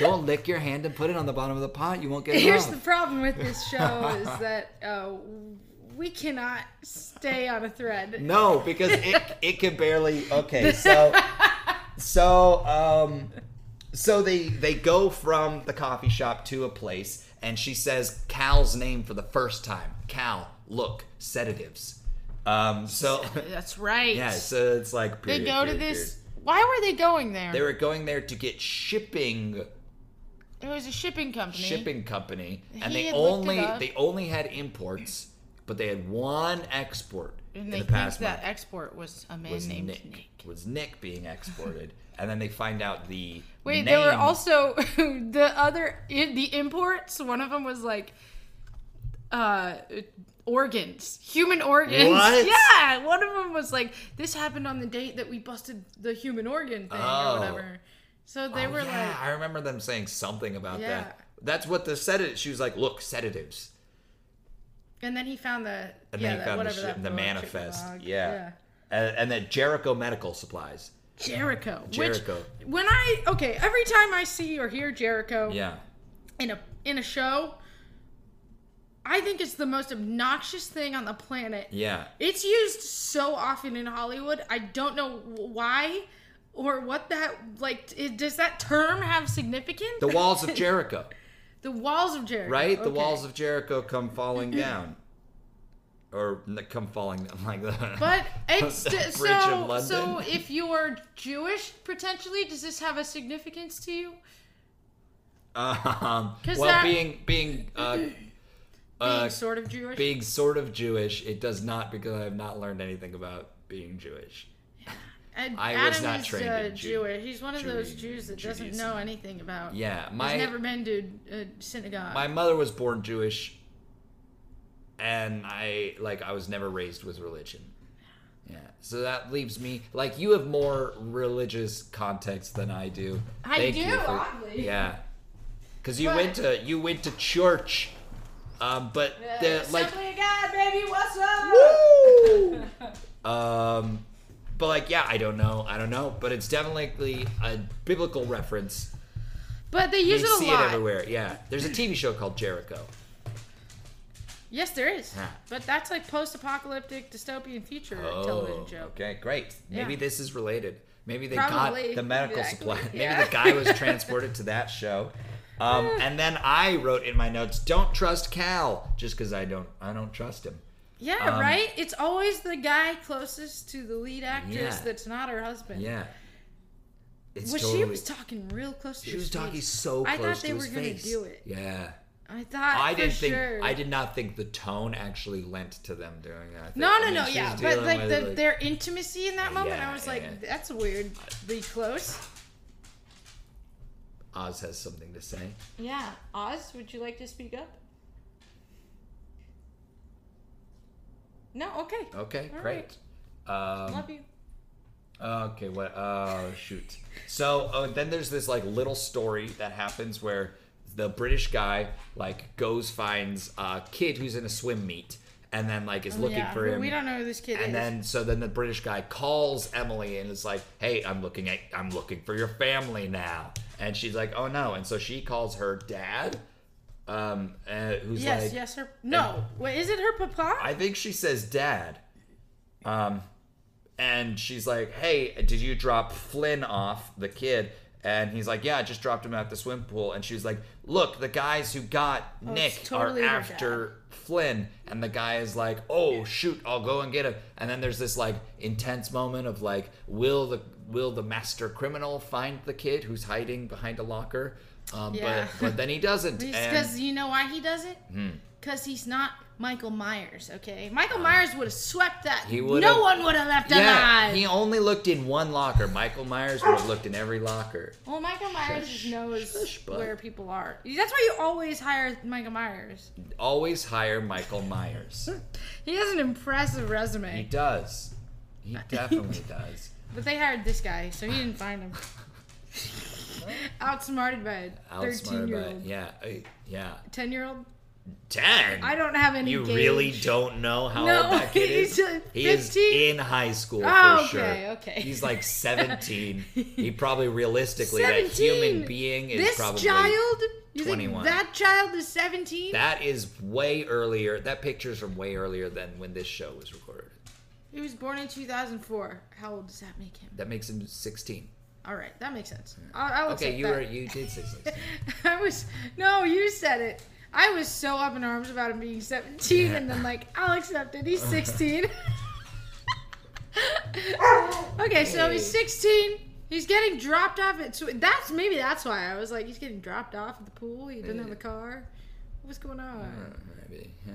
Speaker 3: don't lick your hand and put it on the bottom of the pot. You won't get it
Speaker 4: [laughs] [laughs] Here's
Speaker 3: off.
Speaker 4: the problem
Speaker 3: [laughs]
Speaker 4: with this show is that uh, we cannot stay on a thread.
Speaker 3: No, because it it can barely.
Speaker 4: [laughs]
Speaker 3: Okay, so so um so they they go from the coffee shop to a place, and she says Cal's name for the first time. Cal, look, sedatives. Um,
Speaker 4: [laughs]
Speaker 3: so
Speaker 4: That's right.
Speaker 3: yeah, so it's like
Speaker 4: they
Speaker 3: period,
Speaker 4: go to
Speaker 3: period,
Speaker 4: this.
Speaker 3: period.
Speaker 4: Why were they going there?
Speaker 3: They were going there to get shipping
Speaker 4: it was a shipping company.
Speaker 3: shipping company, and
Speaker 4: He
Speaker 3: they
Speaker 4: had looked it
Speaker 3: only
Speaker 4: up.
Speaker 3: they only had imports, but they had one export
Speaker 4: And
Speaker 3: in
Speaker 4: they
Speaker 3: the
Speaker 4: think
Speaker 3: past
Speaker 4: that
Speaker 3: month.
Speaker 4: export was a man
Speaker 3: was
Speaker 4: named
Speaker 3: Nick,
Speaker 4: Nick.
Speaker 3: was Nick being exported, and then they find out the name.
Speaker 4: Wait, there were also [laughs] the other i- the imports. One of them was like uh organs, human organs.
Speaker 3: What?
Speaker 4: [laughs] Yeah, one of them was like this happened on the date that we busted the human organ thing
Speaker 3: Oh.
Speaker 4: or whatever. So they
Speaker 3: Oh,
Speaker 4: were
Speaker 3: yeah,
Speaker 4: like
Speaker 3: I remember them saying something about
Speaker 4: Yeah.
Speaker 3: that. That's what the sedative. She was like, "Look, sedatives."
Speaker 4: and then he found the
Speaker 3: And
Speaker 4: yeah,
Speaker 3: then he
Speaker 4: that-
Speaker 3: found the,
Speaker 4: whatever
Speaker 3: shi-
Speaker 4: that
Speaker 3: the
Speaker 4: blog,
Speaker 3: manifest.
Speaker 4: blog,
Speaker 3: Yeah. And, and then Jericho medical supplies.
Speaker 4: Jericho.
Speaker 3: Jericho.
Speaker 4: Which when I okay, every time I see or hear Jericho
Speaker 3: Yeah.
Speaker 4: in a in a show, I think it's the most obnoxious thing on the planet.
Speaker 3: Yeah.
Speaker 4: It's used so often in Hollywood. I don't know why or what that like. It, does that term have significance?
Speaker 3: The walls of Jericho,
Speaker 4: [laughs] The walls of Jericho.
Speaker 3: right? The
Speaker 4: okay.
Speaker 3: walls of Jericho come
Speaker 4: [clears throat]
Speaker 3: falling down, or n- come falling [laughs] down like that.
Speaker 4: But it's
Speaker 3: [laughs]
Speaker 4: st-
Speaker 3: Bridge of
Speaker 4: so.
Speaker 3: London.
Speaker 4: So if you are Jewish, potentially, does this have a significance to you?
Speaker 3: um,
Speaker 4: [laughs] 'Cause
Speaker 3: well,
Speaker 4: that-
Speaker 3: being being
Speaker 4: [clears throat]
Speaker 3: uh,
Speaker 4: Being
Speaker 3: uh,
Speaker 4: sort of Jewish.
Speaker 3: being sort of Jewish, it does not because I have not learned anything about being Jewish.
Speaker 4: And
Speaker 3: I
Speaker 4: Adam
Speaker 3: was not
Speaker 4: is
Speaker 3: trained
Speaker 4: uh,
Speaker 3: in Ju-
Speaker 4: Jewish. He's one of
Speaker 3: Judaism-
Speaker 4: those Jews that doesn't
Speaker 3: Judaism.
Speaker 4: know anything about.
Speaker 3: Yeah,
Speaker 4: He's
Speaker 3: my
Speaker 4: never been to a synagogue.
Speaker 3: my mother was born Jewish, and I like I was never raised with religion. Yeah, so that leaves me like you have more religious context than I do.
Speaker 4: I
Speaker 3: Thank
Speaker 4: do,
Speaker 3: you for-
Speaker 4: oddly.
Speaker 3: Yeah, because you
Speaker 4: But-
Speaker 3: went to you went to church, um, but
Speaker 4: Uh,
Speaker 3: the, like
Speaker 4: Assembly of God, baby, what's up?
Speaker 3: Um, but like, yeah, I don't know, I don't know, but it's definitely a biblical reference.
Speaker 4: But they
Speaker 3: You
Speaker 4: use it a
Speaker 3: see
Speaker 4: lot.
Speaker 3: it everywhere. Yeah, there's a TV show called Jericho.
Speaker 4: Yes, there is.
Speaker 3: Yeah. Oh,
Speaker 4: But that's like post-apocalyptic dystopian future television show.
Speaker 3: okay, great. Maybe
Speaker 4: Yeah.
Speaker 3: this is related. Maybe they
Speaker 4: Probably,
Speaker 3: got the medical
Speaker 4: exactly,
Speaker 3: supply. [laughs] Maybe
Speaker 4: yeah.
Speaker 3: the guy was transported to that show.
Speaker 4: [sighs]
Speaker 3: Um, and then I wrote in my notes, "Don't trust Cal," just because I don't, I don't trust him.
Speaker 4: Yeah,
Speaker 3: Um,
Speaker 4: right. It's always the guy closest to the lead actress
Speaker 3: Yeah.
Speaker 4: that's not her husband.
Speaker 3: Yeah, it's
Speaker 4: Well,
Speaker 3: totally.
Speaker 4: she was talking real close to
Speaker 3: she
Speaker 4: his
Speaker 3: was talking
Speaker 4: face.
Speaker 3: so close
Speaker 4: I thought
Speaker 3: to
Speaker 4: they
Speaker 3: his
Speaker 4: were gonna
Speaker 3: face.
Speaker 4: do it.
Speaker 3: Yeah.
Speaker 4: I thought
Speaker 3: I
Speaker 4: for
Speaker 3: didn't think
Speaker 4: sure.
Speaker 3: I did not think the tone actually lent to them doing that. I think-
Speaker 4: No,
Speaker 3: I
Speaker 4: no,
Speaker 3: mean,
Speaker 4: no,
Speaker 3: she's
Speaker 4: yeah, but
Speaker 3: dealing
Speaker 4: like
Speaker 3: with,
Speaker 4: the, their intimacy in that moment,
Speaker 3: Yeah,
Speaker 4: I was like,
Speaker 3: yeah.
Speaker 4: that's weirdly close.
Speaker 3: Oz has something to say.
Speaker 4: Yeah, Oz, would you like to speak up? No, okay.
Speaker 3: Okay,
Speaker 4: All
Speaker 3: great. Um,
Speaker 4: Love you.
Speaker 3: okay, what? Oh shoot. So oh, then there's this like little story that happens where the British guy like goes finds a kid who's in a swim meet and then like is looking
Speaker 4: Oh, yeah,
Speaker 3: for
Speaker 4: who-
Speaker 3: him.
Speaker 4: We don't know who this kid is.
Speaker 3: and then so then the British guy calls Emily and is like, "Hey, I'm looking at I'm looking for your family now." And she's like, "Oh no!" And so she calls her dad, um, uh, who's
Speaker 4: yes,
Speaker 3: like,
Speaker 4: yes, her. No, wait, is it her papa?
Speaker 3: I think she says dad. Um, and she's like, hey, did you drop Flynn off, the kid? And he's like, yeah, I just dropped him at the swim pool. And she's like, look, the guys who got Nick
Speaker 4: Oh, it's totally
Speaker 3: are
Speaker 4: her
Speaker 3: after Flynn. And the guy is like, oh, shoot, I'll go and get him. And then there's this like intense moment of like, will the will the master criminal find the kid who's hiding behind a locker? Um,
Speaker 4: Yeah.
Speaker 3: but, but then he
Speaker 4: [laughs]
Speaker 3: doesn't. and-
Speaker 4: Because you know why he does it?
Speaker 3: Hmm.
Speaker 4: Because he's not Michael Myers. Okay, Michael Myers would have swept that.
Speaker 3: Uh, he would've-
Speaker 4: no one would have left
Speaker 3: Yeah,
Speaker 4: alive.
Speaker 3: he only looked in one locker. Michael Myers would have looked in every locker.
Speaker 4: well, Michael Myers
Speaker 3: Shush,
Speaker 4: knows
Speaker 3: shush, bud.
Speaker 4: where people are. That's why you always hire Michael Myers.
Speaker 3: Always hire Michael Myers.
Speaker 4: He has an impressive [laughs]
Speaker 3: He
Speaker 4: resume,
Speaker 3: does. He
Speaker 4: [laughs]
Speaker 3: definitely does.
Speaker 4: but they hired this guy, so he didn't find him. Outsmarted by a
Speaker 3: Outsmarted by
Speaker 4: thirteen-year-old,
Speaker 3: yeah, I- yeah.
Speaker 4: ten-year-old.
Speaker 3: Ten.
Speaker 4: I don't have any.
Speaker 3: You
Speaker 4: gauge.
Speaker 3: really don't know how
Speaker 4: No,
Speaker 3: old that kid is.
Speaker 4: [laughs] he's, uh,
Speaker 3: he is
Speaker 4: 15?
Speaker 3: in high school
Speaker 4: Oh,
Speaker 3: for
Speaker 4: okay,
Speaker 3: sure.
Speaker 4: okay.
Speaker 3: He's
Speaker 4: [laughs]
Speaker 3: like seventeen. he probably realistically that
Speaker 4: 17.
Speaker 3: human being is
Speaker 4: This
Speaker 3: probably
Speaker 4: child, you
Speaker 3: 21.
Speaker 4: think that child is seventeen?
Speaker 3: That is way earlier. That picture's from way earlier than when this show was recorded.
Speaker 4: He was born in 2004. How old does that make him?
Speaker 3: That makes him sixteen.
Speaker 4: All right, that makes sense. I'll, I'll
Speaker 3: Okay,
Speaker 4: accept
Speaker 3: you
Speaker 4: Oh, that.
Speaker 3: were you did say sixteen.
Speaker 4: [laughs] I was no, you said it. I was so up in arms about him being 17, and then like I'll accept it. He's 16. [laughs] okay, so he's 16. He's getting dropped off at. Sw- that's maybe that's why I was like, he's getting dropped off at the pool. He doesn't have a car. What's going
Speaker 3: Uh,
Speaker 4: on?
Speaker 3: Maybe, yeah.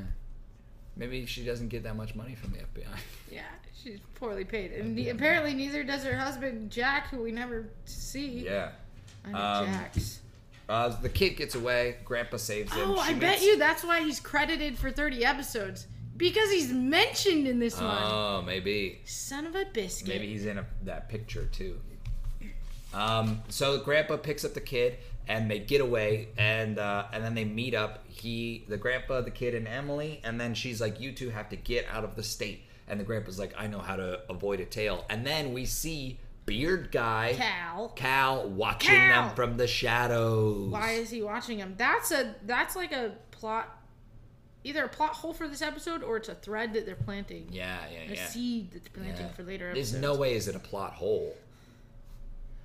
Speaker 3: Maybe she doesn't get that much money from the FBI.
Speaker 4: Yeah, she's poorly paid, and the, apparently neither does her husband Jack, who we never see.
Speaker 3: [laughs] Yeah.
Speaker 4: I know
Speaker 3: Um,
Speaker 4: Jack's.
Speaker 3: Uh, the kid gets away. Grandpa saves him.
Speaker 4: Oh,
Speaker 3: She
Speaker 4: I bet
Speaker 3: meets-
Speaker 4: you that's why he's credited for 30 episodes. Because he's mentioned in this one.
Speaker 3: Oh, maybe.
Speaker 4: Son of a biscuit.
Speaker 3: Maybe he's in a, that picture too. Um, so grandpa picks up the kid and they get away and uh, and then they meet up. He, the grandpa, the kid, and Emily, and then she's like, "You two have to get out of the state." And the grandpa's like, "I know how to avoid a tail." And then we see beard guy [laughs]
Speaker 4: Cal.
Speaker 3: Cal watching
Speaker 4: Cal!
Speaker 3: them from the shadows.
Speaker 4: Why is he watching him? That's a that's like a plot either a plot hole for this episode or it's a thread that they're planting.
Speaker 3: Yeah, yeah,
Speaker 4: A
Speaker 3: yeah.
Speaker 4: seed that's planting
Speaker 3: yeah.
Speaker 4: for later episodes.
Speaker 3: There's no way is it a plot hole.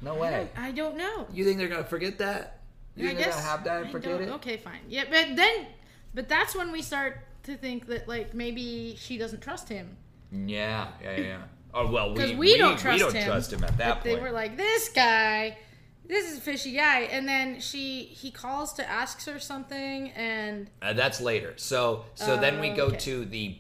Speaker 3: No way.
Speaker 4: I don't know.
Speaker 3: You think they're gonna forget that? You
Speaker 4: I
Speaker 3: think they're
Speaker 4: guess
Speaker 3: gonna have that
Speaker 4: I
Speaker 3: and forget
Speaker 4: don't-
Speaker 3: it?
Speaker 4: Okay, fine. Yeah, but then but that's when we start to think that like maybe she doesn't trust him.
Speaker 3: Yeah, yeah, yeah,
Speaker 4: [laughs]
Speaker 3: yeah. Oh well, we,
Speaker 4: because
Speaker 3: we,
Speaker 4: we, don't trust
Speaker 3: we don't
Speaker 4: him.
Speaker 3: trust him at that
Speaker 4: but
Speaker 3: point.
Speaker 4: They were like, "This guy, this is a fishy guy," and then she he calls to ask her something, and
Speaker 3: Uh, that's later. So so then we go
Speaker 4: Oh, Okay.
Speaker 3: to the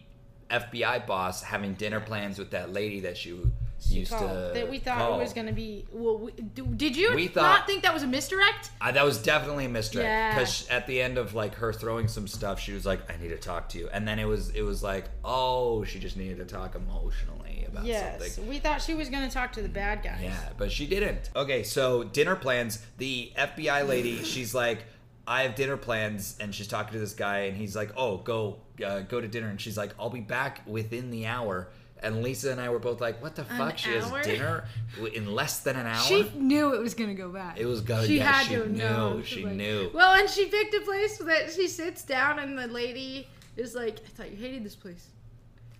Speaker 3: FBI boss having dinner plans with that lady that she
Speaker 4: she
Speaker 3: used
Speaker 4: called
Speaker 3: to
Speaker 4: that we thought
Speaker 3: call.
Speaker 4: it was gonna be. Well, we, d- did you
Speaker 3: We
Speaker 4: not
Speaker 3: thought-
Speaker 4: think that was a misdirect?
Speaker 3: I, that was definitely a misdirect
Speaker 4: Yeah.
Speaker 3: because at the end of like her throwing some stuff, she was like, "I need to talk to you," and then it was it was like, "Oh, she just needed to talk emotionally about
Speaker 4: Yes,
Speaker 3: something."
Speaker 4: we thought she was gonna talk to the bad guys.
Speaker 3: Yeah, but she didn't. Okay, so dinner plans. The FBI
Speaker 4: [laughs]
Speaker 3: lady, she's like, "I have dinner plans," and she's talking to this guy, and he's like, "Oh, go uh, go to dinner," and she's like, "I'll be back within the hour." And Lisa and I were both like, "What the fuck? She
Speaker 4: hour?
Speaker 3: has dinner w- in less than an hour."
Speaker 4: She knew it was gonna go back.
Speaker 3: It was gonna-
Speaker 4: She
Speaker 3: yeah,
Speaker 4: had
Speaker 3: she
Speaker 4: to have
Speaker 3: knew,
Speaker 4: known.
Speaker 3: she
Speaker 4: She's like-
Speaker 3: knew.
Speaker 4: Well, and she picked a place that she sits down, and the lady is like, "I thought you hated this place."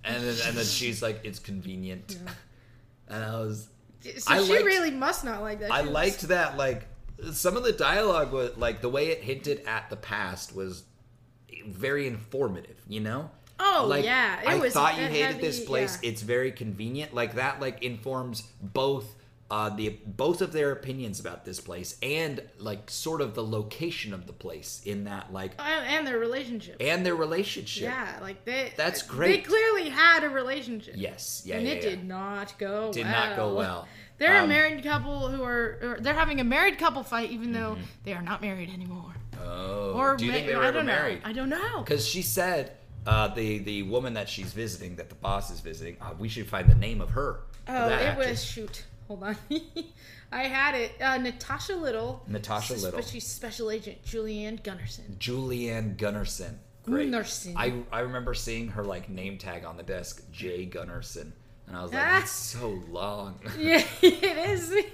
Speaker 3: and then and then she's like, "It's convenient," [laughs] and I was.
Speaker 4: So
Speaker 3: I
Speaker 4: she
Speaker 3: liked-
Speaker 4: really must not like that.
Speaker 3: I
Speaker 4: She was-
Speaker 3: liked that like some of the dialogue was like the way it hinted at the past was very informative, you know?
Speaker 4: Oh,
Speaker 3: like,
Speaker 4: yeah, it
Speaker 3: I
Speaker 4: was
Speaker 3: thought
Speaker 4: a
Speaker 3: you hated this
Speaker 4: heavy-
Speaker 3: place.
Speaker 4: yeah.
Speaker 3: It's very convenient. Like that like informs both uh the both of their opinions about this place and like sort of the location of the place in that like
Speaker 4: and, and their relationship.
Speaker 3: and their relationship.
Speaker 4: yeah, like they.
Speaker 3: That's
Speaker 4: They
Speaker 3: great.
Speaker 4: clearly had a relationship.
Speaker 3: Yes. Yeah.
Speaker 4: and
Speaker 3: yeah,
Speaker 4: it
Speaker 3: yeah.
Speaker 4: did not go.
Speaker 3: Did
Speaker 4: well.
Speaker 3: not go well.
Speaker 4: They're a
Speaker 3: Um,
Speaker 4: married couple who are, or they're having a married couple fight, even though they are not married anymore.
Speaker 3: Oh.
Speaker 4: Or
Speaker 3: Mm-hmm. do you think
Speaker 4: ma-
Speaker 3: they were
Speaker 4: I
Speaker 3: ever
Speaker 4: don't know.
Speaker 3: married?
Speaker 4: I don't know.
Speaker 3: Because she said uh, the the woman that she's visiting, that the boss is visiting, uh, we should find the name of her. of
Speaker 4: Oh,
Speaker 3: that
Speaker 4: it was
Speaker 3: actress.
Speaker 4: shoot. Hold on, [laughs] I had it. Uh, Natasha Little.
Speaker 3: Natasha
Speaker 4: Sus-
Speaker 3: Little.
Speaker 4: But she's special agent Julianne
Speaker 3: [laughs]
Speaker 4: Gunnarsson. [laughs]
Speaker 3: Julianne Gunnarsson. Great.
Speaker 4: Gunnarsson.
Speaker 3: I I remember seeing her like name tag on the desk, J Gunnarsson, and I was
Speaker 4: [laughs]
Speaker 3: like,
Speaker 4: Ah.
Speaker 3: that's so long.
Speaker 4: Yeah, it is. [laughs] you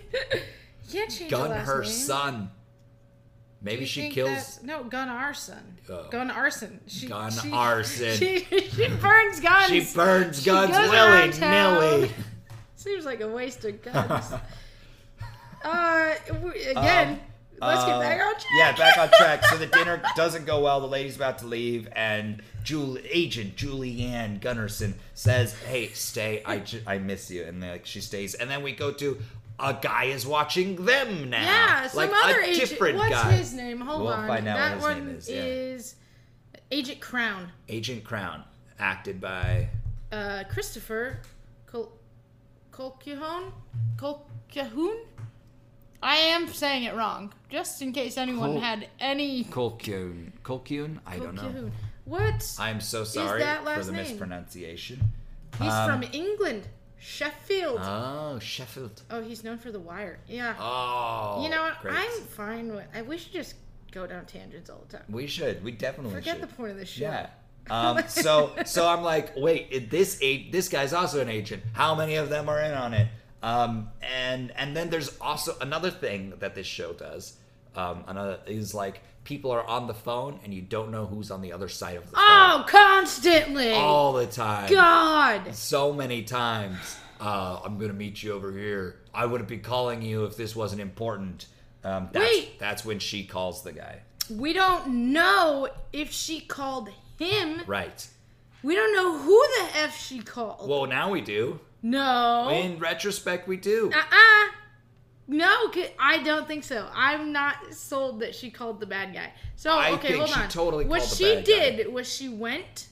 Speaker 4: can't change the
Speaker 3: Gun
Speaker 4: last
Speaker 3: her
Speaker 4: name.
Speaker 3: son. Maybe
Speaker 4: You
Speaker 3: she
Speaker 4: think
Speaker 3: kills.
Speaker 4: that's- no gun arson.
Speaker 3: Oh.
Speaker 4: Gun arson. She,
Speaker 3: Gun
Speaker 4: she-
Speaker 3: arson.
Speaker 4: [laughs] She, she burns guns.
Speaker 3: She burns
Speaker 4: She
Speaker 3: guns
Speaker 4: goes
Speaker 3: willy
Speaker 4: around town.
Speaker 3: nilly.
Speaker 4: [laughs] Seems like a waste of guns. [laughs] uh, w- again, let's get
Speaker 3: Uh,
Speaker 4: back on track.
Speaker 3: Yeah, back on track. So the dinner doesn't go well. The lady's about to leave, and Jul- agent Julianne Gunnarsson says, "Hey, stay. I, ju- I miss you." And like she stays, and then we go to a guy is watching them now.
Speaker 4: [laughs] Yeah, some
Speaker 3: like
Speaker 4: other
Speaker 3: a
Speaker 4: agent.
Speaker 3: different
Speaker 4: What's
Speaker 3: guy.
Speaker 4: his name? Hold
Speaker 3: We'll
Speaker 4: on.
Speaker 3: find out
Speaker 4: that
Speaker 3: what his
Speaker 4: one
Speaker 3: name is, yeah.
Speaker 4: is Agent Crown.
Speaker 3: Agent Crown, acted by
Speaker 4: Uh, Christopher Col- Colquhoun. Colquhoun. I am saying it wrong, just in case anyone
Speaker 3: Col-
Speaker 4: had any.
Speaker 3: Colquhoun. Colquhoun? I don't know.
Speaker 4: Colquhoun. What?
Speaker 3: I'm so sorry
Speaker 4: that
Speaker 3: for
Speaker 4: last
Speaker 3: the
Speaker 4: name?
Speaker 3: mispronunciation.
Speaker 4: he's
Speaker 3: um,
Speaker 4: from England, Sheffield.
Speaker 3: Oh, Sheffield.
Speaker 4: oh, he's known for The Wire. Yeah.
Speaker 3: Oh,
Speaker 4: you know what?
Speaker 3: Great.
Speaker 4: I'm fine with. I, we should just go down tangents all the time.
Speaker 3: We should. We definitely
Speaker 4: Forget
Speaker 3: should.
Speaker 4: the point of this show. [laughs]
Speaker 3: Yeah. Um, so so I'm like, wait, it- this a- this guy's also an agent. How many of them are in on it? Um, and and then there's also another thing that this show does. Um, another is like people are on the phone and you don't know who's on the other side of the phone
Speaker 4: Oh, constantly.
Speaker 3: all the time,
Speaker 4: God.
Speaker 3: so many times. Uh, I'm gonna meet you over here. I wouldn't be calling you if this wasn't important. Um, that's,
Speaker 4: Wait.
Speaker 3: that's when she calls the guy.
Speaker 4: We don't know if she called him.
Speaker 3: Right.
Speaker 4: We don't know who the F she called.
Speaker 3: Well, now we do.
Speaker 4: no.
Speaker 3: In retrospect, we do.
Speaker 4: uh uh. No, 'cause- I don't think so. I'm not sold that she called the bad guy. So,
Speaker 3: I
Speaker 4: okay,
Speaker 3: think
Speaker 4: hold
Speaker 3: she
Speaker 4: on.
Speaker 3: totally
Speaker 4: what
Speaker 3: called the
Speaker 4: she
Speaker 3: bad guy.
Speaker 4: did was she went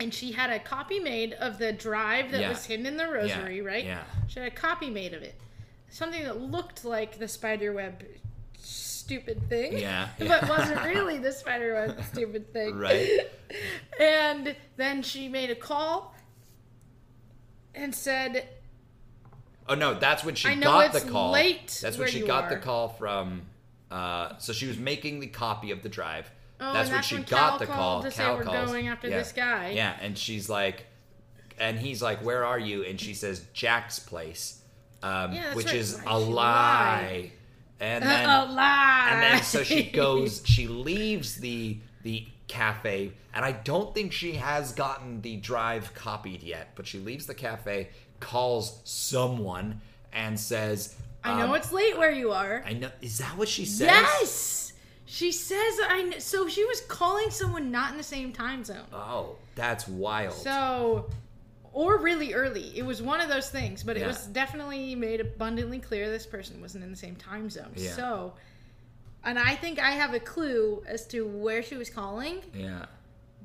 Speaker 4: and she had a copy made of the drive that
Speaker 3: Yeah.
Speaker 4: was hidden in the rosary, right?
Speaker 3: yeah.
Speaker 4: She had a copy made of it. Something that looked like the spider web stupid thing.
Speaker 3: Yeah,
Speaker 4: [laughs] but
Speaker 3: yeah. [laughs]
Speaker 4: wasn't really the spider web stupid thing.
Speaker 3: Right.
Speaker 4: [laughs] And then she made a call and said,
Speaker 3: Oh no, that's when she
Speaker 4: I know
Speaker 3: got
Speaker 4: it's
Speaker 3: the call.
Speaker 4: late
Speaker 3: that's
Speaker 4: where
Speaker 3: when she
Speaker 4: you
Speaker 3: got the
Speaker 4: are.
Speaker 3: call from. Uh, so she was making the copy of the drive.
Speaker 4: Oh,
Speaker 3: that's
Speaker 4: and
Speaker 3: when
Speaker 4: that's
Speaker 3: she
Speaker 4: when
Speaker 3: got
Speaker 4: Cal
Speaker 3: the call.
Speaker 4: called to say
Speaker 3: Cal
Speaker 4: we're
Speaker 3: calls.
Speaker 4: going after
Speaker 3: Yeah.
Speaker 4: this guy.
Speaker 3: Yeah, and she's like, and he's like, "Where are you?" And she says, "Jack's place," um,
Speaker 4: Yeah, that's
Speaker 3: which
Speaker 4: right.
Speaker 3: is
Speaker 4: Why
Speaker 3: a
Speaker 4: she lied.
Speaker 3: lie.
Speaker 4: [laughs]
Speaker 3: And then
Speaker 4: a lie.
Speaker 3: and then so she goes she leaves the the cafe and i don't think she has gotten the drive copied yet but she leaves the cafe calls someone and says
Speaker 4: [laughs] I know
Speaker 3: um,
Speaker 4: it's late where you are.
Speaker 3: i know is that what she says
Speaker 4: Yes. She says I kn- so she was calling someone not in the same time zone.
Speaker 3: oh that's wild
Speaker 4: So or really early. It was one of those things, but it
Speaker 3: Yeah.
Speaker 4: was definitely made abundantly clear this person wasn't in the same time zone.
Speaker 3: Yeah.
Speaker 4: So and I think I have a clue as to where she was calling,
Speaker 3: yeah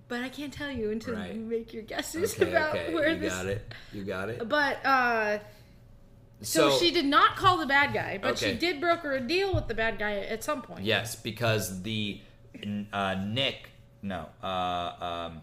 Speaker 4: but I can't tell you until
Speaker 3: Right.
Speaker 4: you make your guesses
Speaker 3: okay
Speaker 4: [laughs] about
Speaker 3: okay
Speaker 4: where
Speaker 3: you
Speaker 4: this
Speaker 3: got it you got it
Speaker 4: But uh So, she did not call the bad guy, but
Speaker 3: Okay.
Speaker 4: she did broker a deal with the bad guy at some point.
Speaker 3: Yes, because the uh, Nick, no, uh, um,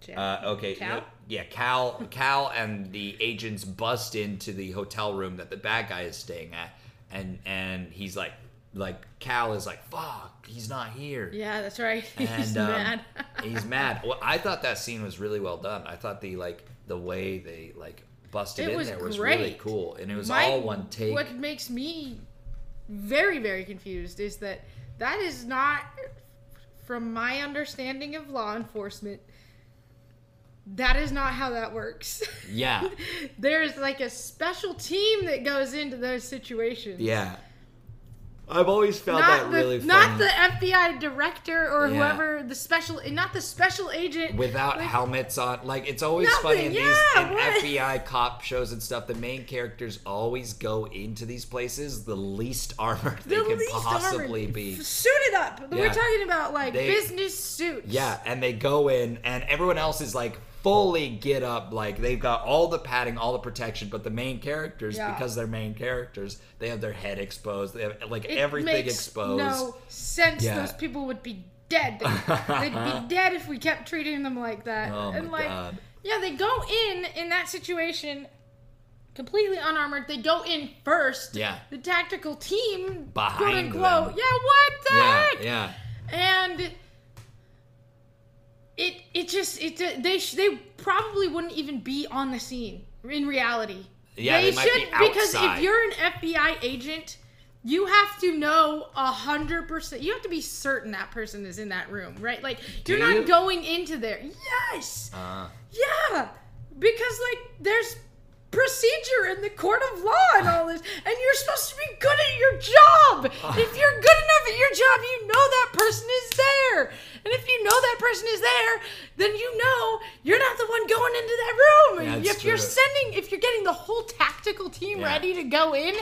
Speaker 4: Jack-
Speaker 3: uh, okay,
Speaker 4: Cal?
Speaker 3: no, yeah, Cal, Cal, and the agents bust into the hotel room that the bad guy is staying at, and and he's like, like Cal is like, fuck, he's not here.
Speaker 4: Yeah, that's right. [laughs]
Speaker 3: And,
Speaker 4: He's
Speaker 3: um,
Speaker 4: mad.
Speaker 3: [laughs] he's mad. Well, I thought that scene was really well done. I thought the like the way they like busted
Speaker 4: It
Speaker 3: in
Speaker 4: was
Speaker 3: there was really
Speaker 4: great.
Speaker 3: cool, and it was
Speaker 4: My-
Speaker 3: all one take.
Speaker 4: What makes me very, very confused is that that is not, from my understanding of law enforcement, that is not how that works. [laughs]
Speaker 3: Yeah,
Speaker 4: There's like a special team that goes into those situations.
Speaker 3: yeah. I've always found
Speaker 4: Not
Speaker 3: that
Speaker 4: the,
Speaker 3: really
Speaker 4: not
Speaker 3: funny.
Speaker 4: the FBI director or
Speaker 3: Yeah.
Speaker 4: whoever the special not the special agent
Speaker 3: without
Speaker 4: Like,
Speaker 3: helmets on. Like it's always
Speaker 4: Nothing,
Speaker 3: funny in
Speaker 4: yeah, what?
Speaker 3: these in FBI cop shows and stuff. The main characters always go into these places the least armored they
Speaker 4: the
Speaker 3: can
Speaker 4: least
Speaker 3: possibly
Speaker 4: armored.
Speaker 3: be.
Speaker 4: F- suited up.
Speaker 3: Yeah.
Speaker 4: We're talking about like
Speaker 3: They-
Speaker 4: business suits.
Speaker 3: Yeah, and they go in, and everyone else is like fully get up. Like they've got all the padding, all the protection, but the main characters,
Speaker 4: Yeah.
Speaker 3: because they're main characters, they have their head exposed. They have like
Speaker 4: It
Speaker 3: everything
Speaker 4: makes
Speaker 3: exposed.
Speaker 4: No sense.
Speaker 3: Yeah.
Speaker 4: Those people would be
Speaker 3: [laughs]
Speaker 4: dead. They'd be dead if we kept treating them like that.
Speaker 3: Oh my
Speaker 4: and like,
Speaker 3: God.
Speaker 4: yeah, they go in in that situation completely unarmored. They go in first.
Speaker 3: Yeah.
Speaker 4: The tactical team, quote
Speaker 3: Behind
Speaker 4: unquote.
Speaker 3: them.
Speaker 4: Yeah, what the
Speaker 3: Yeah,
Speaker 4: heck?
Speaker 3: yeah.
Speaker 4: and it it just it they sh- they probably wouldn't even be on the scene in reality.
Speaker 3: Yeah, they might be
Speaker 4: because
Speaker 3: outside.
Speaker 4: if you're an FBI agent, you have to know a hundred percent. You have to be certain that person is in that room, right? Like you're
Speaker 3: Do
Speaker 4: not
Speaker 3: you?
Speaker 4: going into there. Yes,
Speaker 3: Uh,
Speaker 4: yeah, because like there's procedure in the court of law and all this, and you're supposed to be good at your job.
Speaker 3: Ah.
Speaker 4: If you're good enough at your job, you know that person is there, and if you know that person is there, then you know you're not the one going into that room. And
Speaker 3: That's
Speaker 4: if you're
Speaker 3: true.
Speaker 4: sending, if you're getting the whole tactical team
Speaker 3: Yeah.
Speaker 4: ready to go in,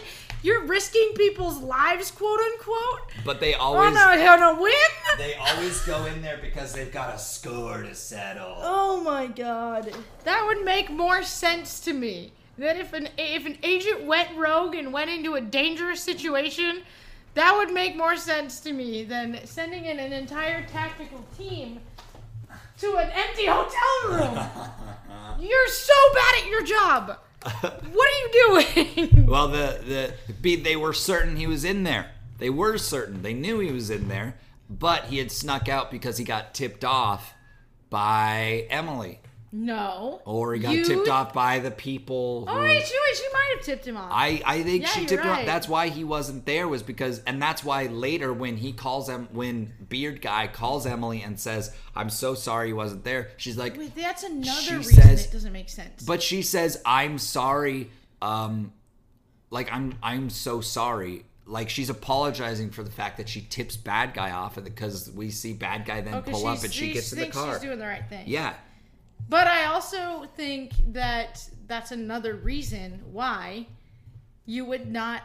Speaker 4: you're risking people's lives, quote unquote,
Speaker 3: but they
Speaker 4: on
Speaker 3: always.
Speaker 4: a, on a whim.
Speaker 3: They always go in there because they've got a score to settle.
Speaker 4: Oh my god. That would make more sense to me. That if an if an agent went rogue and went into a dangerous situation, that would make more sense to me than sending in an entire tactical team to an empty
Speaker 3: [laughs]
Speaker 4: hotel room. You're so bad at your job. What are you
Speaker 3: [laughs]
Speaker 4: doing?
Speaker 3: Well, the the be they were certain he was in there. They were certain. They knew he was in there, but he had snuck out because he got tipped off by Emily,
Speaker 4: No.
Speaker 3: or he got
Speaker 4: You-
Speaker 3: tipped off by the people. Who,
Speaker 4: Oh, wait, she, wait, she might have tipped him off.
Speaker 3: I I think
Speaker 4: Yeah,
Speaker 3: she
Speaker 4: you're
Speaker 3: tipped him off.
Speaker 4: right.
Speaker 3: That's why he wasn't there was because, and that's why later when he calls him, when Beard Guy calls Emily and says, "I'm so sorry he wasn't there," she's like,
Speaker 4: wait, that's another
Speaker 3: She
Speaker 4: reason
Speaker 3: says-
Speaker 4: it doesn't make sense.
Speaker 3: But she says, "I'm sorry." Um, like I'm, I'm so sorry. Like she's apologizing for the fact that she tips bad guy off, and because we see bad guy then
Speaker 4: Oh, 'cause
Speaker 3: pull up
Speaker 4: she's-
Speaker 3: and she gets in the
Speaker 4: thinks
Speaker 3: car.
Speaker 4: She's doing the right thing.
Speaker 3: yeah,
Speaker 4: But I also think that that's another reason why you would not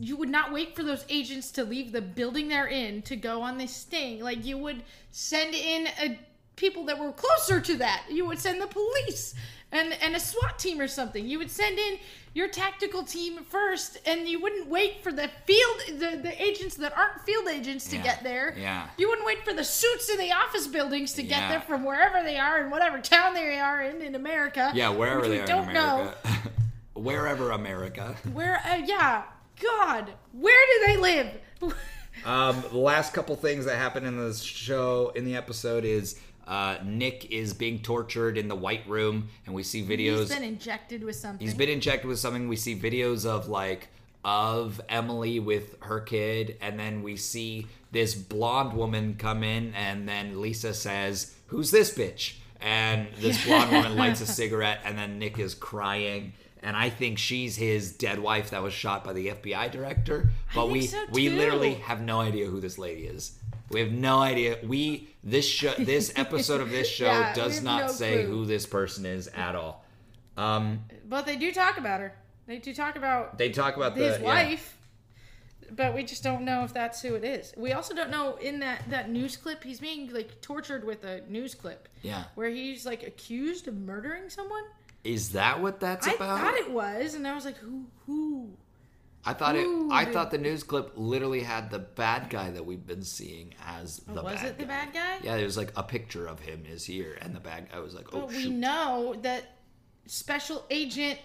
Speaker 4: you would not wait for those agents to leave the building they're in to go on this sting. Like you would send in a, people that were closer to that. You would send the police and and a SWAT team or something. You would send in your tactical team first, and you wouldn't wait for the field the, the agents that aren't field agents to
Speaker 3: Yeah,
Speaker 4: get there.
Speaker 3: yeah.
Speaker 4: You wouldn't wait for the suits in the office buildings to get
Speaker 3: Yeah.
Speaker 4: there from wherever they are in whatever town they are in in America.
Speaker 3: yeah. Wherever
Speaker 4: which
Speaker 3: they
Speaker 4: we
Speaker 3: are
Speaker 4: don't
Speaker 3: in
Speaker 4: know
Speaker 3: America, [laughs] wherever America.
Speaker 4: where. Uh, yeah, God, where do they live?
Speaker 3: [laughs]
Speaker 4: [laughs]
Speaker 3: Um, the last couple things that happen in the show in the episode is uh, Nick is being tortured in the white room, and we see videos.
Speaker 4: He's been injected with something.
Speaker 3: He's been injected with something. We see videos of like of Emily with her kid, and then we see this blonde woman come in, and then Lisa says, "Who's this bitch?" And this blonde woman
Speaker 4: [laughs]
Speaker 3: lights a cigarette, and then Nick is crying. And I think she's his dead wife that was shot by the FBI director. But
Speaker 4: think
Speaker 3: we
Speaker 4: so,
Speaker 3: we
Speaker 4: too.
Speaker 3: literally have no idea who this lady is. We have no idea. We this show
Speaker 4: [laughs]
Speaker 3: this episode of this show
Speaker 4: Yeah, we
Speaker 3: does
Speaker 4: have
Speaker 3: not
Speaker 4: no
Speaker 3: say
Speaker 4: clue.
Speaker 3: who this person is at all. Um,
Speaker 4: but they do talk about her. They do talk about
Speaker 3: they talk about
Speaker 4: his
Speaker 3: the, yeah.
Speaker 4: wife. But we just don't know if that's who it is. We also don't know in that that news clip he's being like tortured with a news clip
Speaker 3: Yeah.
Speaker 4: where he's like accused of murdering someone.
Speaker 3: Is that what that's
Speaker 4: I
Speaker 3: about?
Speaker 4: thought it was, and I was like, who? Who?
Speaker 3: I thought it.
Speaker 4: Ooh,
Speaker 3: I
Speaker 4: dude.
Speaker 3: thought the news clip literally had the bad guy that we've been seeing as the
Speaker 4: Oh, was
Speaker 3: bad
Speaker 4: it the
Speaker 3: guy.
Speaker 4: bad guy?
Speaker 3: Yeah, there's like a picture of him is here, and the bad guy was like, "Oh
Speaker 4: But we
Speaker 3: shoot!"
Speaker 4: know that Special Agent,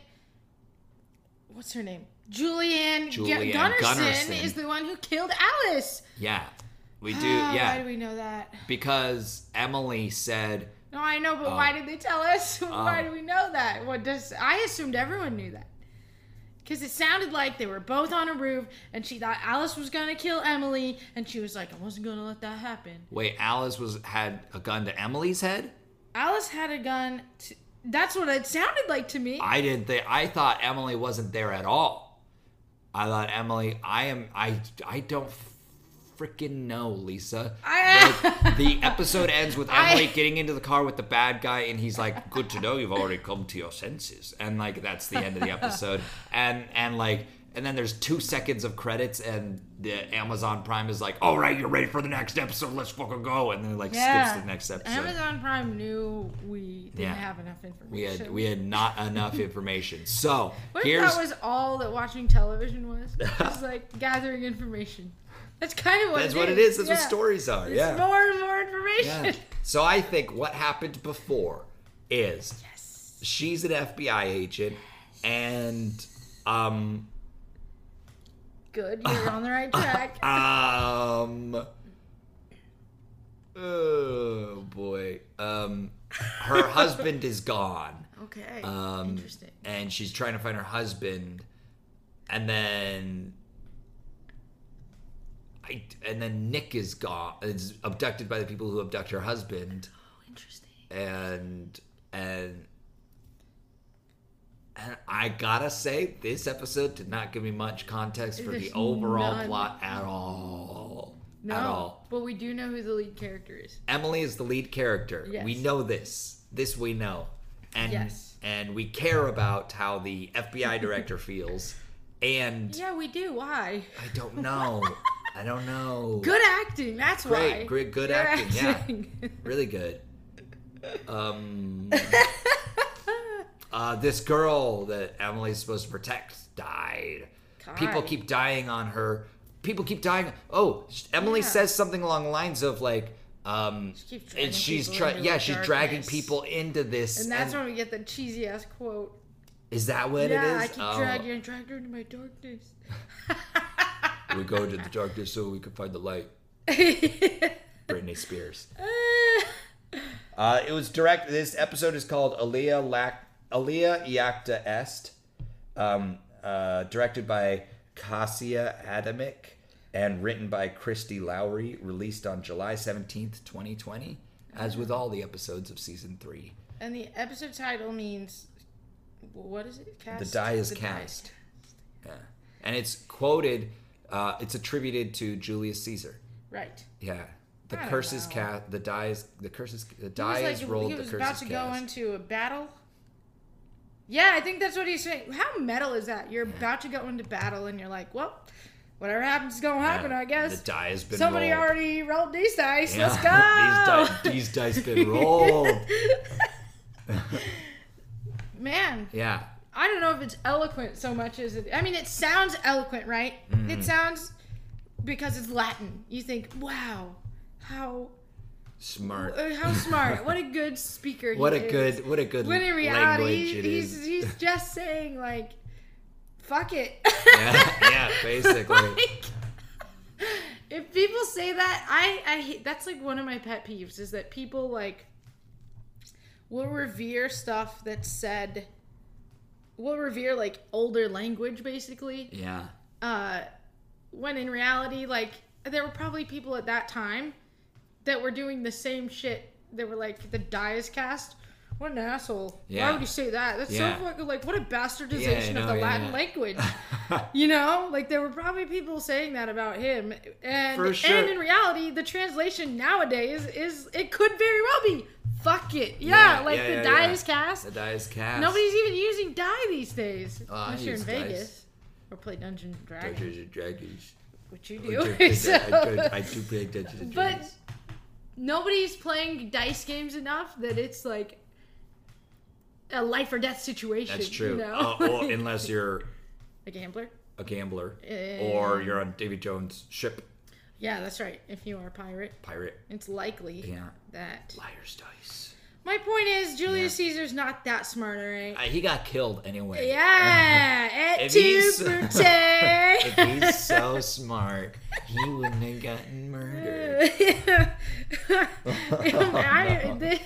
Speaker 4: what's her name? Julianne, Gu-
Speaker 3: Julianne
Speaker 4: Gunnarsson,
Speaker 3: Gunnarsson.
Speaker 4: is the one who killed Alice.
Speaker 3: yeah, we do.
Speaker 4: Ah, Why
Speaker 3: yeah,
Speaker 4: do we know that?
Speaker 3: because Emily said,
Speaker 4: No, I know,
Speaker 3: Oh.
Speaker 4: but why did they tell us? [laughs] why do we know that? What does I assumed everyone knew that? Because it sounded like they were both on a roof, and she thought Alice was gonna kill Emily, and she was like, "I wasn't gonna let that happen."
Speaker 3: "Wait, Alice was had a gun to Emily's head."
Speaker 4: Alice had a gun. To, that's what it sounded like to me.
Speaker 3: I didn't think. I thought Emily wasn't there at all. I thought Emily. I am. I. I don't freaking know, Lisa.
Speaker 4: I-
Speaker 3: the, the episode ends with
Speaker 4: [laughs] I-
Speaker 3: Emily getting into the car with the bad guy, and he's like, "Good to know you've already come to your senses," and like that's the end of the
Speaker 4: [laughs]
Speaker 3: episode. And and like. And then there's two seconds of credits, and the Amazon Prime is like, "All right, you're ready for the next episode. Let's fucking go!" And then like skips the next episode.
Speaker 4: Amazon Prime knew we didn't
Speaker 3: Yeah.
Speaker 4: have enough
Speaker 3: we
Speaker 4: information.
Speaker 3: had we had not
Speaker 4: [laughs]
Speaker 3: enough information. So
Speaker 4: What if
Speaker 3: here's
Speaker 4: that was all that watching television was?
Speaker 3: [laughs]
Speaker 4: It's like gathering information. That's kind of what
Speaker 3: That's
Speaker 4: it
Speaker 3: what
Speaker 4: is.
Speaker 3: it is. That's what
Speaker 4: Yeah.
Speaker 3: stories are.
Speaker 4: It's
Speaker 3: yeah.
Speaker 4: more and more information.
Speaker 3: Yeah.
Speaker 4: [laughs]
Speaker 3: So I think what happened before is she's an FBI agent and um
Speaker 4: Good, you're on the right track.
Speaker 3: [laughs] um oh boy um
Speaker 4: [laughs]
Speaker 3: her husband is gone
Speaker 4: Okay.
Speaker 3: um
Speaker 4: Interesting.
Speaker 3: and she's trying to find her husband and then I, and then Nick is gone is abducted by the people who abduct her husband
Speaker 4: Oh, interesting.
Speaker 3: and and and I gotta say, this episode did not give me much context for the
Speaker 4: There's
Speaker 3: overall
Speaker 4: none.
Speaker 3: plot at all.
Speaker 4: No,
Speaker 3: At all.
Speaker 4: but we do know who the lead character is.
Speaker 3: Emily is the lead character.
Speaker 4: Yes.
Speaker 3: We know this. This we know. And
Speaker 4: Yes.
Speaker 3: and we care about how the FBI director [laughs] feels. And
Speaker 4: Yeah, we do.
Speaker 3: [laughs]
Speaker 4: Why?
Speaker 3: I don't know. I don't
Speaker 4: [laughs]
Speaker 3: know.
Speaker 4: Good acting. That's
Speaker 3: Great,
Speaker 4: why.
Speaker 3: great- good acting, yeah.
Speaker 4: [laughs]
Speaker 3: Really good. Um uh, this girl that Emily's supposed to protect died. People
Speaker 4: God.
Speaker 3: keep dying on her. People keep dying. Oh, sh- Emily
Speaker 4: Yeah.
Speaker 3: says something along the lines of like, um,
Speaker 4: She keeps dragging
Speaker 3: and she's
Speaker 4: people
Speaker 3: trying.
Speaker 4: into
Speaker 3: Yeah,
Speaker 4: the
Speaker 3: she's dragging
Speaker 4: darkness.
Speaker 3: people into this.
Speaker 4: and that's when we get the cheesy ass quote.
Speaker 3: is that what
Speaker 4: yeah,
Speaker 3: it is?
Speaker 4: I keep
Speaker 3: Oh,
Speaker 4: dragging and dragging her into
Speaker 3: [laughs]
Speaker 4: my darkness.
Speaker 3: we go to the darkness so we can find the light. Britney Spears. Uh, it was direct. This episode is called Aaliyah Lac- Aaliyah Iacta Est, um, uh, directed by Cassia Adamick and written by Christy Lowry. Released on July seventeenth, twenty twenty. As with all the episodes of season three,
Speaker 4: and the episode title means what is it? Cast?
Speaker 3: the die is
Speaker 4: The die.
Speaker 3: cast. Yeah, and it's quoted. Uh, it's attributed to Julius Caesar.
Speaker 4: Right.
Speaker 3: Yeah, the
Speaker 4: I don't
Speaker 3: curse is
Speaker 4: know.
Speaker 3: cast. The die is the curse is the
Speaker 4: He was
Speaker 3: die
Speaker 4: like-
Speaker 3: is rolled.
Speaker 4: He
Speaker 3: The
Speaker 4: was
Speaker 3: curse
Speaker 4: about
Speaker 3: is
Speaker 4: to
Speaker 3: cast.
Speaker 4: go into a battle. Yeah, I think that's what he's saying. How metal is that? You're about to go into battle, and you're like, well, whatever happens is gonna happen, I guess.
Speaker 3: The die has been
Speaker 4: Somebody
Speaker 3: rolled.
Speaker 4: already rolled these dice.
Speaker 3: Yeah.
Speaker 4: Let's go.
Speaker 3: [laughs] these, di- these dice
Speaker 4: [laughs]
Speaker 3: been rolled.
Speaker 4: Man,
Speaker 3: [laughs] yeah.
Speaker 4: I don't know if it's eloquent so much as it. I mean, it sounds eloquent, right?
Speaker 3: Mm-hmm.
Speaker 4: It sounds because it's Latin. You think, wow, how
Speaker 3: Smart.
Speaker 4: uh, how smart! what a good speaker.
Speaker 3: What
Speaker 4: he
Speaker 3: a
Speaker 4: is.
Speaker 3: good what a good
Speaker 4: When in reality,
Speaker 3: language
Speaker 4: he-
Speaker 3: it
Speaker 4: he's
Speaker 3: is. [laughs]
Speaker 4: he's just saying like, "Fuck it."
Speaker 3: Yeah, yeah, basically.
Speaker 4: [laughs] Like, if people say that, I I hate- that's like one of my pet peeves is that people like will revere stuff that's said. Will revere like older language, basically. [laughs]
Speaker 3: Yeah.
Speaker 4: Uh, when in reality, like there were probably people at that time that were doing the same shit. They were like the die is cast. What an asshole!
Speaker 3: Yeah.
Speaker 4: Why would you say that? That's
Speaker 3: Yeah.
Speaker 4: so fucking like what a bastardization
Speaker 3: Yeah, I
Speaker 4: of
Speaker 3: know,
Speaker 4: the
Speaker 3: yeah,
Speaker 4: Latin
Speaker 3: yeah. [laughs]
Speaker 4: language. you know, like there were probably people saying that about him, and
Speaker 3: For sure.
Speaker 4: and in reality, the translation nowadays is it could very well be fuck it.
Speaker 3: Yeah,
Speaker 4: Yeah, like
Speaker 3: yeah,
Speaker 4: the
Speaker 3: yeah,
Speaker 4: die
Speaker 3: yeah.
Speaker 4: is cast.
Speaker 3: The die is cast.
Speaker 4: Nobody's even using die these days
Speaker 3: Oh, I
Speaker 4: unless you're in
Speaker 3: use dice.
Speaker 4: Vegas or play Dungeons and Dragons,
Speaker 3: Dungeons and Dragons.
Speaker 4: which you [laughs]
Speaker 3: I do- I
Speaker 4: do. so-
Speaker 3: do-
Speaker 4: [laughs]
Speaker 3: I do play Dungeons and
Speaker 4: But-
Speaker 3: Dragons.
Speaker 4: nobody's playing dice games enough that it's like a life or death situation.
Speaker 3: That's true.
Speaker 4: You know?
Speaker 3: Uh,
Speaker 4: [laughs]
Speaker 3: or unless you're
Speaker 4: a gambler.
Speaker 3: a gambler
Speaker 4: Eh.
Speaker 3: or you're on David Jones' ship,
Speaker 4: Yeah, that's right. If you are a pirate,
Speaker 3: pirate,
Speaker 4: it's likely
Speaker 3: Yeah.
Speaker 4: that.
Speaker 3: liar's dice.
Speaker 4: My point is, Julius Caesar's not that smart, all right?
Speaker 3: Uh, he got killed anyway.
Speaker 4: yeah,
Speaker 3: [laughs]
Speaker 4: et
Speaker 3: If
Speaker 4: tu,
Speaker 3: he's-
Speaker 4: Brute.
Speaker 3: If he's so smart, he wouldn't have gotten
Speaker 4: [laughs]
Speaker 3: murdered.
Speaker 4: I, [laughs] this,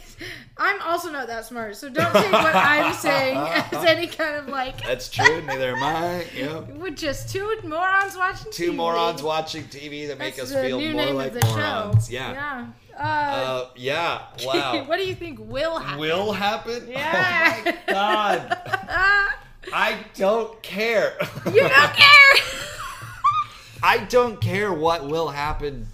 Speaker 4: I'm also not that smart, so don't take what I'm
Speaker 3: [laughs]
Speaker 4: saying as any kind of like.
Speaker 3: That's true. Neither am
Speaker 4: [laughs]
Speaker 3: I. Yep.
Speaker 4: We're just two morons watching
Speaker 3: Two
Speaker 4: TV.
Speaker 3: morons watching TV that make
Speaker 4: That's
Speaker 3: us
Speaker 4: the
Speaker 3: feel
Speaker 4: new
Speaker 3: more
Speaker 4: name
Speaker 3: like
Speaker 4: of the
Speaker 3: morons.
Speaker 4: show.
Speaker 3: Yeah.
Speaker 4: Yeah. Uh,
Speaker 3: Uh, yeah. Wow.
Speaker 4: [laughs] what do you think will happen?
Speaker 3: Will happen?
Speaker 4: Yeah.
Speaker 3: Oh my [laughs] god. I don't care.
Speaker 4: [laughs] you don't care.
Speaker 3: [laughs]
Speaker 4: [laughs]
Speaker 3: I don't care what will happen.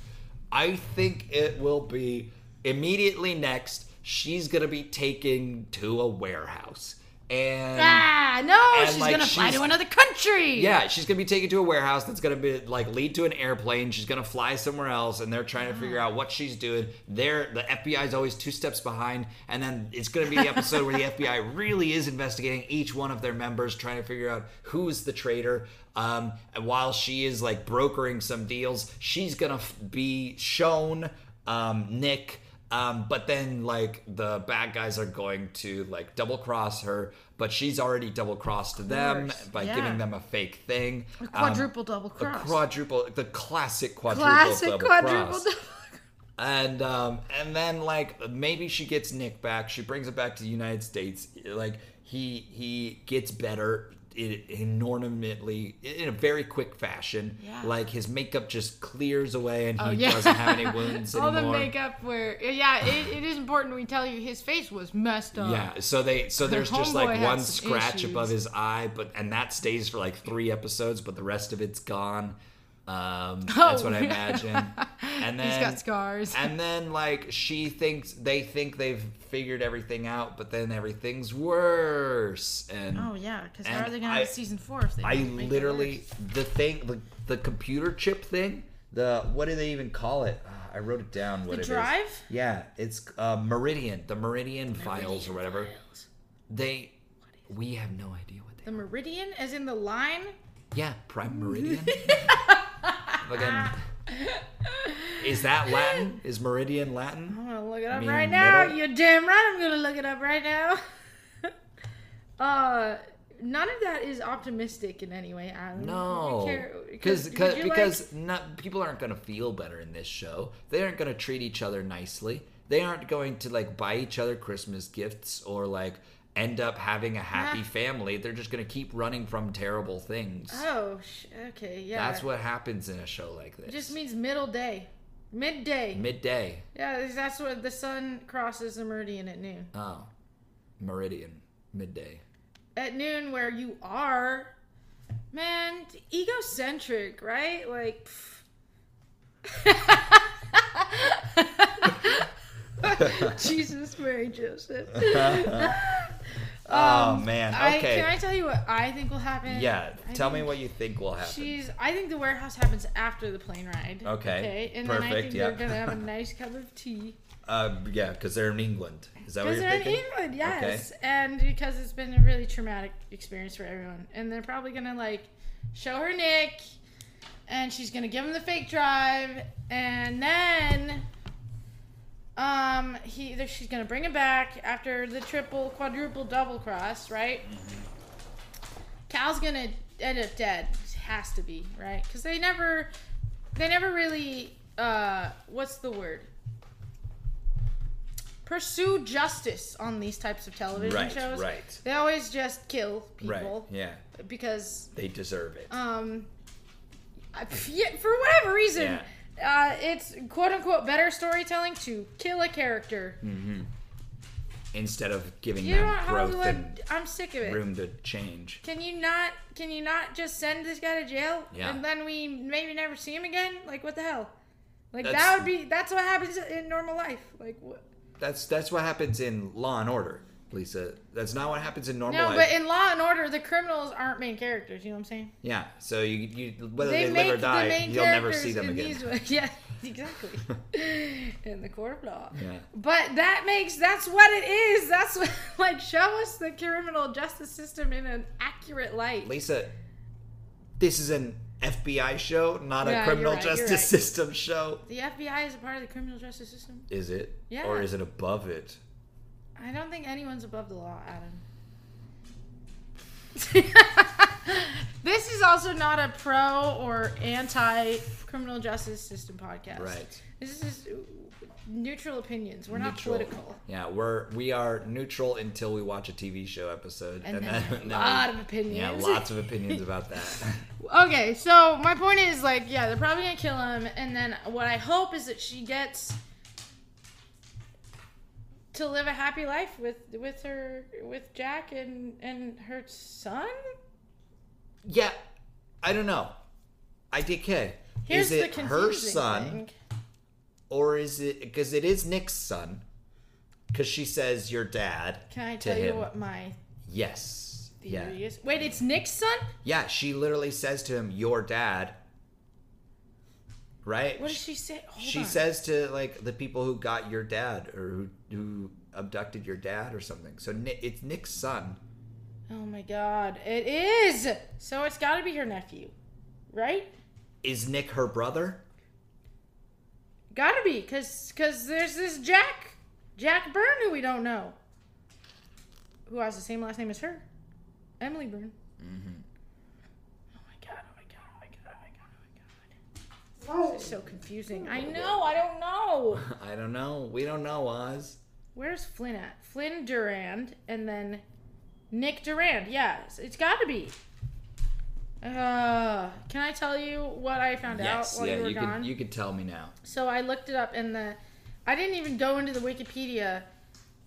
Speaker 3: I think it will be immediately next. She's gonna be taken to a warehouse, and
Speaker 4: ah, no,
Speaker 3: And,
Speaker 4: she's
Speaker 3: like,
Speaker 4: gonna fly
Speaker 3: she's-
Speaker 4: to another country.
Speaker 3: yeah, she's gonna be taken to a warehouse that's gonna be like lead to an airplane. She's gonna fly somewhere else, and they're trying to figure
Speaker 4: Ah.
Speaker 3: out what she's doing. They're the FBI is always two steps behind, and then it's gonna be the episode
Speaker 4: [laughs]
Speaker 3: where the FBI really is investigating each one of their members, trying to figure out who's the traitor. Um, and while she is like brokering some deals, she's gonna f- be shown um, Nick. Um, but then like the bad guys are going to like double cross her, but she's already double crossed them
Speaker 4: course,
Speaker 3: by
Speaker 4: yeah.
Speaker 3: giving them them a fake thing. A
Speaker 4: Quadruple double cross.
Speaker 3: um, A quadruple, the classic quadruple
Speaker 4: Classic
Speaker 3: double
Speaker 4: quadruple
Speaker 3: cross.
Speaker 4: double.
Speaker 3: and um, and then like maybe she gets Nick back. She brings it back to the United States. Like he he gets better i- inordinately in a very quick fashion.
Speaker 4: Yeah.
Speaker 3: Like his makeup just clears away, and he
Speaker 4: Oh, yeah.
Speaker 3: doesn't have
Speaker 4: [laughs]
Speaker 3: any wounds
Speaker 4: All
Speaker 3: anymore.
Speaker 4: the makeup where yeah, it, it is important we tell you his face was messed up.
Speaker 3: Yeah, so they so
Speaker 4: Their
Speaker 3: there's just
Speaker 4: homeboy
Speaker 3: like
Speaker 4: had
Speaker 3: one
Speaker 4: some
Speaker 3: scratch
Speaker 4: issues.
Speaker 3: above his eye, but and that stays for like three episodes, but the rest of it's gone.
Speaker 4: [laughs]
Speaker 3: Um, that's
Speaker 4: Oh.
Speaker 3: what I imagine. And then
Speaker 4: [laughs] He's got scars.
Speaker 3: And then like she thinks they think they've figured everything out, but then everything's worse. And
Speaker 4: Oh yeah, because how
Speaker 3: And
Speaker 4: are they gonna have
Speaker 3: I-
Speaker 4: season four if they?
Speaker 3: I
Speaker 4: don't make it
Speaker 3: literally
Speaker 4: worse?
Speaker 3: the thing the the computer chip thing. The what do they even call it? Uh, I wrote it down. What it is.
Speaker 4: drive?
Speaker 3: Yeah, it's uh, Meridian. The Meridian files or whatever. They, we have no idea what they.
Speaker 4: The meridian, as in the line.
Speaker 3: Yeah, Prime [laughs] Meridian. Again, is that Latin? Is Meridian Latin?
Speaker 4: I'm gonna look it up
Speaker 3: mean,
Speaker 4: right now.
Speaker 3: middle?
Speaker 4: You're damn right. I'm gonna look it up right now. [laughs] uh, none of that is optimistic in any way, Alan.
Speaker 3: No, because
Speaker 4: because
Speaker 3: because not people aren't gonna feel better in this show. They aren't gonna treat each other nicely. They aren't going to like buy each other Christmas gifts or like end up having a happy [laughs]
Speaker 4: Yeah.
Speaker 3: family. They're just gonna keep running from terrible things.
Speaker 4: oh, sh- okay, yeah.
Speaker 3: That's what happens in a show like this.
Speaker 4: It just means middle day, midday.
Speaker 3: midday.
Speaker 4: yeah, that's what the sun crosses the meridian at noon.
Speaker 3: Oh, meridian, midday.
Speaker 4: at noon where you are, man, egocentric, right? Like, pff. [laughs] Jesus, Mary, Joseph.
Speaker 3: Oh man.
Speaker 4: Um, I,
Speaker 3: Okay.
Speaker 4: can I tell you what I think will happen?
Speaker 3: yeah.
Speaker 4: I
Speaker 3: Tell
Speaker 4: think
Speaker 3: me what you think will happen.
Speaker 4: She's. I think the warehouse happens after the plane ride.
Speaker 3: Okay,
Speaker 4: Okay. And then I
Speaker 3: perfect,
Speaker 4: think
Speaker 3: yeah.
Speaker 4: they're
Speaker 3: [laughs]
Speaker 4: gonna have a nice cup of tea.
Speaker 3: Uh, yeah, because they're in England. Is that what
Speaker 4: Because
Speaker 3: you're
Speaker 4: they're
Speaker 3: thinking?
Speaker 4: in England, yes, and because it's been a really traumatic experience for everyone, and they're probably gonna like show her Nick, and she's gonna give him the fake drive, and then um he there- she's gonna bring him back after the triple, quadruple, double cross, right? Cal's gonna end up dead, has to be right, because they never they never really uh what's the word pursue justice on these types of television
Speaker 3: Right,
Speaker 4: shows
Speaker 3: right.
Speaker 4: they always just kill
Speaker 3: Right.
Speaker 4: people
Speaker 3: Yeah.
Speaker 4: because
Speaker 3: They deserve it.
Speaker 4: um I- yeah, for whatever reason uh, it's quote unquote better storytelling to kill a character
Speaker 3: Instead of giving
Speaker 4: you know
Speaker 3: them
Speaker 4: what
Speaker 3: growth
Speaker 4: hollywood
Speaker 3: Mm, and
Speaker 4: i'm sick of it
Speaker 3: room to change.
Speaker 4: Can you not? Can you not just send this guy to jail
Speaker 3: Yeah.
Speaker 4: and then we maybe never see him again? Like what the hell? Like
Speaker 3: That's-
Speaker 4: that would be. That's what happens in normal life. Like what?
Speaker 3: That's that's what happens in Law and Order, Lisa. That's not what happens in normal
Speaker 4: No,
Speaker 3: life.
Speaker 4: but in Law and Order, the criminals aren't main characters. You know what I'm saying?
Speaker 3: yeah. So you, you whether they, live or
Speaker 4: the
Speaker 3: die,
Speaker 4: main
Speaker 3: you'll never see
Speaker 4: characters
Speaker 3: them
Speaker 4: in
Speaker 3: again.
Speaker 4: these ones. [laughs] Yeah. exactly.
Speaker 3: [laughs]
Speaker 4: In the court of law.
Speaker 3: Yeah.
Speaker 4: But that makes that's what it is. That's what, [laughs] like show us the criminal justice system in an accurate light.
Speaker 3: Lisa, this is an FBI show, not
Speaker 4: Yeah,
Speaker 3: a
Speaker 4: you're
Speaker 3: criminal
Speaker 4: right, you're
Speaker 3: justice
Speaker 4: right.
Speaker 3: system show.
Speaker 4: The FBI is a part of the criminal justice system.
Speaker 3: Is it?
Speaker 4: Yeah.
Speaker 3: Or is it above it?
Speaker 4: I don't think anyone's above the law,
Speaker 3: [laughs]
Speaker 4: Adam. this is also not a pro or anti criminal justice system podcast.
Speaker 3: Right.
Speaker 4: This is neutral opinions. We're not
Speaker 3: Neutral.
Speaker 4: political.
Speaker 3: Yeah, we're we are neutral until we watch a TV show episode,
Speaker 4: And then
Speaker 3: [laughs]
Speaker 4: a
Speaker 3: we-
Speaker 4: lot of opinions.
Speaker 3: Yeah, lots of opinions about that. [laughs]
Speaker 4: Okay, so my point is like, yeah, they're probably gonna kill him, and then what I hope is that she gets to live a happy life with with her with Jack and and her son.
Speaker 3: yeah, I don't know. IDK.
Speaker 4: Here's
Speaker 3: is it
Speaker 4: the
Speaker 3: her
Speaker 4: confusing
Speaker 3: son
Speaker 4: thing.
Speaker 3: or is it because it is Nick's son? Because she says your dad.
Speaker 4: Can I
Speaker 3: to
Speaker 4: tell you
Speaker 3: him.
Speaker 4: what my
Speaker 3: Yes. Yeah.
Speaker 4: theory is? Wait, it's Nick's son.
Speaker 3: Yeah. She literally says to him, "Your dad." Right.
Speaker 4: What does she say? Hold
Speaker 3: she
Speaker 4: on.
Speaker 3: says to like the people who got your dad or who, who abducted your dad or something. So Nick, it's Nick's son.
Speaker 4: "Oh my god, it is." So it's got to be her nephew, right?
Speaker 3: Is Nick her brother? [laughs]
Speaker 4: Gotta be, cause cause there's this Jack, Jack Byrne who we don't know, who has the same last name as her, Emily Byrne.
Speaker 3: Mm-hmm.
Speaker 4: Oh my god! Oh my god! Oh my god! Oh my god! Oh my god! This is so confusing. I know. I don't know.
Speaker 3: I don't know. We don't know, Oz.
Speaker 4: Where's Flynn at? Flynn Durand, and then Nick Durand. Yeah, it's- it's gotta be. Uh, can I tell you what I found out while you were
Speaker 3: you
Speaker 4: gone?
Speaker 3: could you could tell me now.
Speaker 4: So I looked it up and the I didn't even go into the Wikipedia.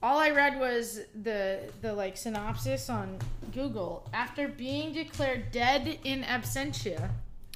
Speaker 4: All I read was the the like synopsis on Google. After being declared dead in absentia,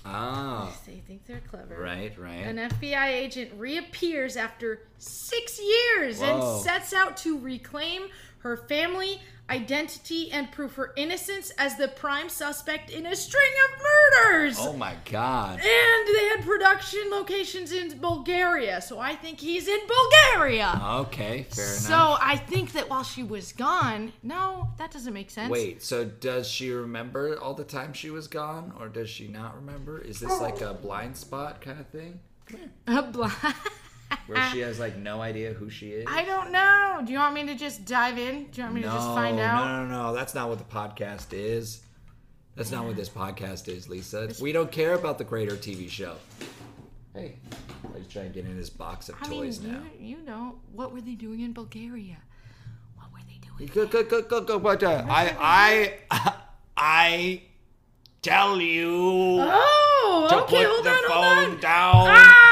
Speaker 3: Oh,
Speaker 4: they think they're clever.
Speaker 3: right, right.
Speaker 4: An FBI agent reappears after six years
Speaker 3: Whoa.
Speaker 4: and sets out to reclaim her family, identity, and prove her innocence as the prime suspect in a string of murders.
Speaker 3: oh my God.
Speaker 4: And they had production locations in Bulgaria, so I think he's in Bulgaria.
Speaker 3: Okay, Oh, fair enough.
Speaker 4: So I think that while she was gone, no, that doesn't make sense.
Speaker 3: Wait, so does she remember all the time she was gone, or does she not remember? Is this like a blind spot kind of thing,
Speaker 4: [laughs] A blind.
Speaker 3: where
Speaker 4: Ah.
Speaker 3: she has like no idea who she is?
Speaker 4: I don't know. Do you want me to just dive in? Do you want me to just find out?
Speaker 3: No, no, no. That's not what the podcast is. That's not what this podcast is, Lisa. We don't care about the greater TV show. Hey, I just trying to get in this box of
Speaker 4: I mean,
Speaker 3: toys now.
Speaker 4: you, you know, what were they doing in Bulgaria? What were they doing?
Speaker 3: Go, go, go, go, go, but, uh, I, I, [laughs] I tell you
Speaker 4: Oh,
Speaker 3: to
Speaker 4: okay,
Speaker 3: put
Speaker 4: hold
Speaker 3: the
Speaker 4: on, hold
Speaker 3: phone
Speaker 4: on.
Speaker 3: down.
Speaker 4: Ah!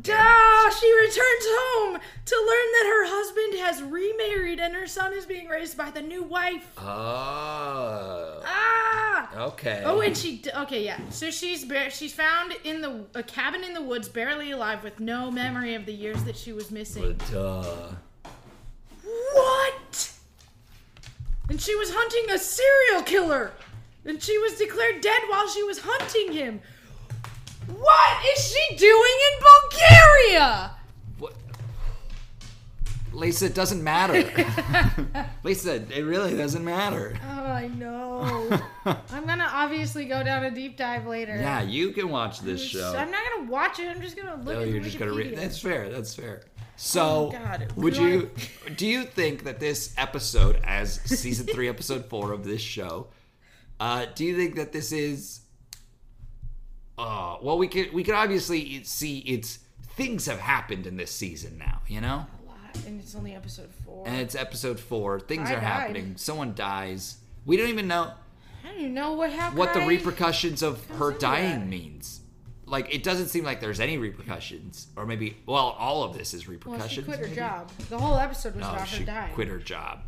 Speaker 4: Duh! She returns home to learn that her husband has remarried and her son is being raised by the new wife.
Speaker 3: Oh,
Speaker 4: Ah!
Speaker 3: okay.
Speaker 4: Oh, and she d- okay, yeah. So she's bar- she's found in the a cabin in the woods, barely alive, with no memory of the years that she was missing.
Speaker 3: Duh.
Speaker 4: What? And she was hunting a serial killer, and she was declared dead while she was hunting him. What is she doing in Bulgaria?
Speaker 3: What? Lisa, it doesn't
Speaker 4: [laughs]
Speaker 3: matter. Lisa, it really doesn't matter.
Speaker 4: Oh, I [laughs] know.
Speaker 3: [laughs]
Speaker 4: I'm gonna obviously go down a deep dive later.
Speaker 3: Yeah, you can watch this show.
Speaker 4: I'm not gonna watch it. I'm just gonna look
Speaker 3: Oh,
Speaker 4: at the
Speaker 3: you're just gonna read.
Speaker 4: Wikipedia.
Speaker 3: That's fair. That's fair. So,
Speaker 4: Oh God,
Speaker 3: would
Speaker 4: we [laughs]
Speaker 3: you do you think that this episode, as season three, episode four of this show, uh, do you think that this is? Uh, well, we could we could obviously see it's things have happened in this season now. You know,
Speaker 4: A lot, and it's only episode four.
Speaker 3: and it's episode four. Things
Speaker 4: I
Speaker 3: are
Speaker 4: died.
Speaker 3: happening. Someone dies. We don't even know
Speaker 4: I don't even know what happened.
Speaker 3: what the repercussions of her
Speaker 4: into that?
Speaker 3: dying means. Like it doesn't seem like there's any repercussions, or maybe well, all of this is
Speaker 4: Well, she
Speaker 3: repercussions.
Speaker 4: quit her
Speaker 3: maybe?
Speaker 4: job. The whole episode was
Speaker 3: No,
Speaker 4: about
Speaker 3: she
Speaker 4: her dying.
Speaker 3: quit her job.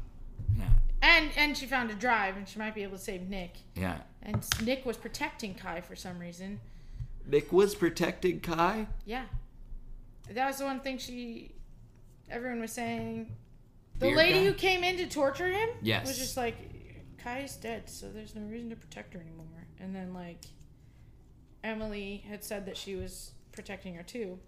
Speaker 3: Yeah,
Speaker 4: And and she found a drive, and she might be able to save Nick.
Speaker 3: yeah.
Speaker 4: And s- Nick was protecting Kai for some reason.
Speaker 3: Nick was protecting Kai.
Speaker 4: Yeah, that was the one thing she. Everyone was saying. The
Speaker 3: Beard
Speaker 4: lady
Speaker 3: guy?
Speaker 4: who came in to torture him
Speaker 3: Yes.
Speaker 4: was just like, Kai's dead, so there's no reason to protect her anymore. And then like, Emily had said that she was protecting her too.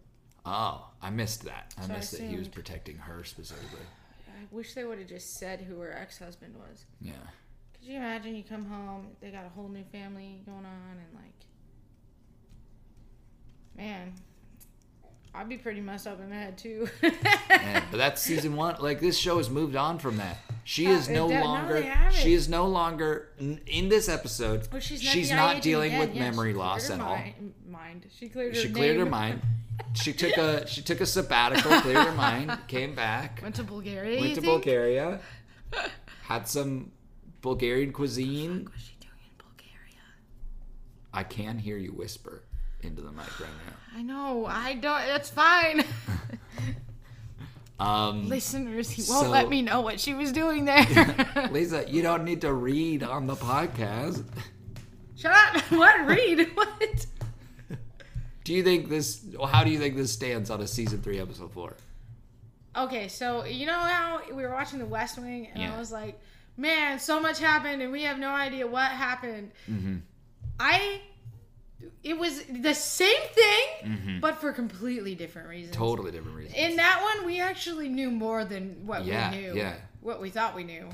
Speaker 3: Oh, I missed that. I
Speaker 4: So I
Speaker 3: missed that he was
Speaker 4: assumed.
Speaker 3: protecting her specifically.
Speaker 4: I wish they would have just said who her ex husband was.
Speaker 3: Yeah.
Speaker 4: Could you imagine you come home, they got a whole new family going on, and like, man, I'd be pretty messed up in the head too. [laughs]
Speaker 3: Man, but that's season one. Like this show has moved on from that. She is
Speaker 4: it
Speaker 3: no
Speaker 4: don't- no,
Speaker 3: longer.
Speaker 4: they haven't.
Speaker 3: she is no longer n- in this episode.
Speaker 4: Well, she's not,
Speaker 3: she's
Speaker 4: the
Speaker 3: not
Speaker 4: IAG
Speaker 3: dealing
Speaker 4: again.
Speaker 3: with
Speaker 4: Yeah,
Speaker 3: memory
Speaker 4: she cleared
Speaker 3: loss
Speaker 4: her
Speaker 3: at all.
Speaker 4: mi- Mind. She cleared her.
Speaker 3: She cleared her
Speaker 4: name. [laughs]
Speaker 3: mind. She took a she took a sabbatical, cleared her mind, came back,
Speaker 4: Went to Bulgaria.
Speaker 3: went
Speaker 4: you
Speaker 3: to
Speaker 4: think?
Speaker 3: Bulgaria, had some Bulgarian cuisine.
Speaker 4: What's she doing in Bulgaria?
Speaker 3: I can hear you whisper into the mic right now.
Speaker 4: I know. I don't.
Speaker 3: [laughs]
Speaker 4: That's fine.
Speaker 3: Um,
Speaker 4: Listeners, he won't
Speaker 3: So-
Speaker 4: let me know what she was
Speaker 3: [laughs]
Speaker 4: doing there.
Speaker 3: Lisa, you don't need to read on the podcast.
Speaker 4: Shut up. [laughs] What? Read. What?
Speaker 3: Do you think this? well, How do you think this stands on a season three episode four?
Speaker 4: Okay, so you know how we were watching The West Wing, and
Speaker 3: Yeah.
Speaker 4: I was like, "Man, so much happened, and we have no idea what happened."
Speaker 3: Mm-hmm.
Speaker 4: I, it was the same thing,
Speaker 3: Mm-hmm.
Speaker 4: but for completely different reasons.
Speaker 3: Totally different reason.
Speaker 4: In that one, we actually knew more than what
Speaker 3: Yeah,
Speaker 4: we knew,
Speaker 3: yeah.
Speaker 4: what we thought we knew.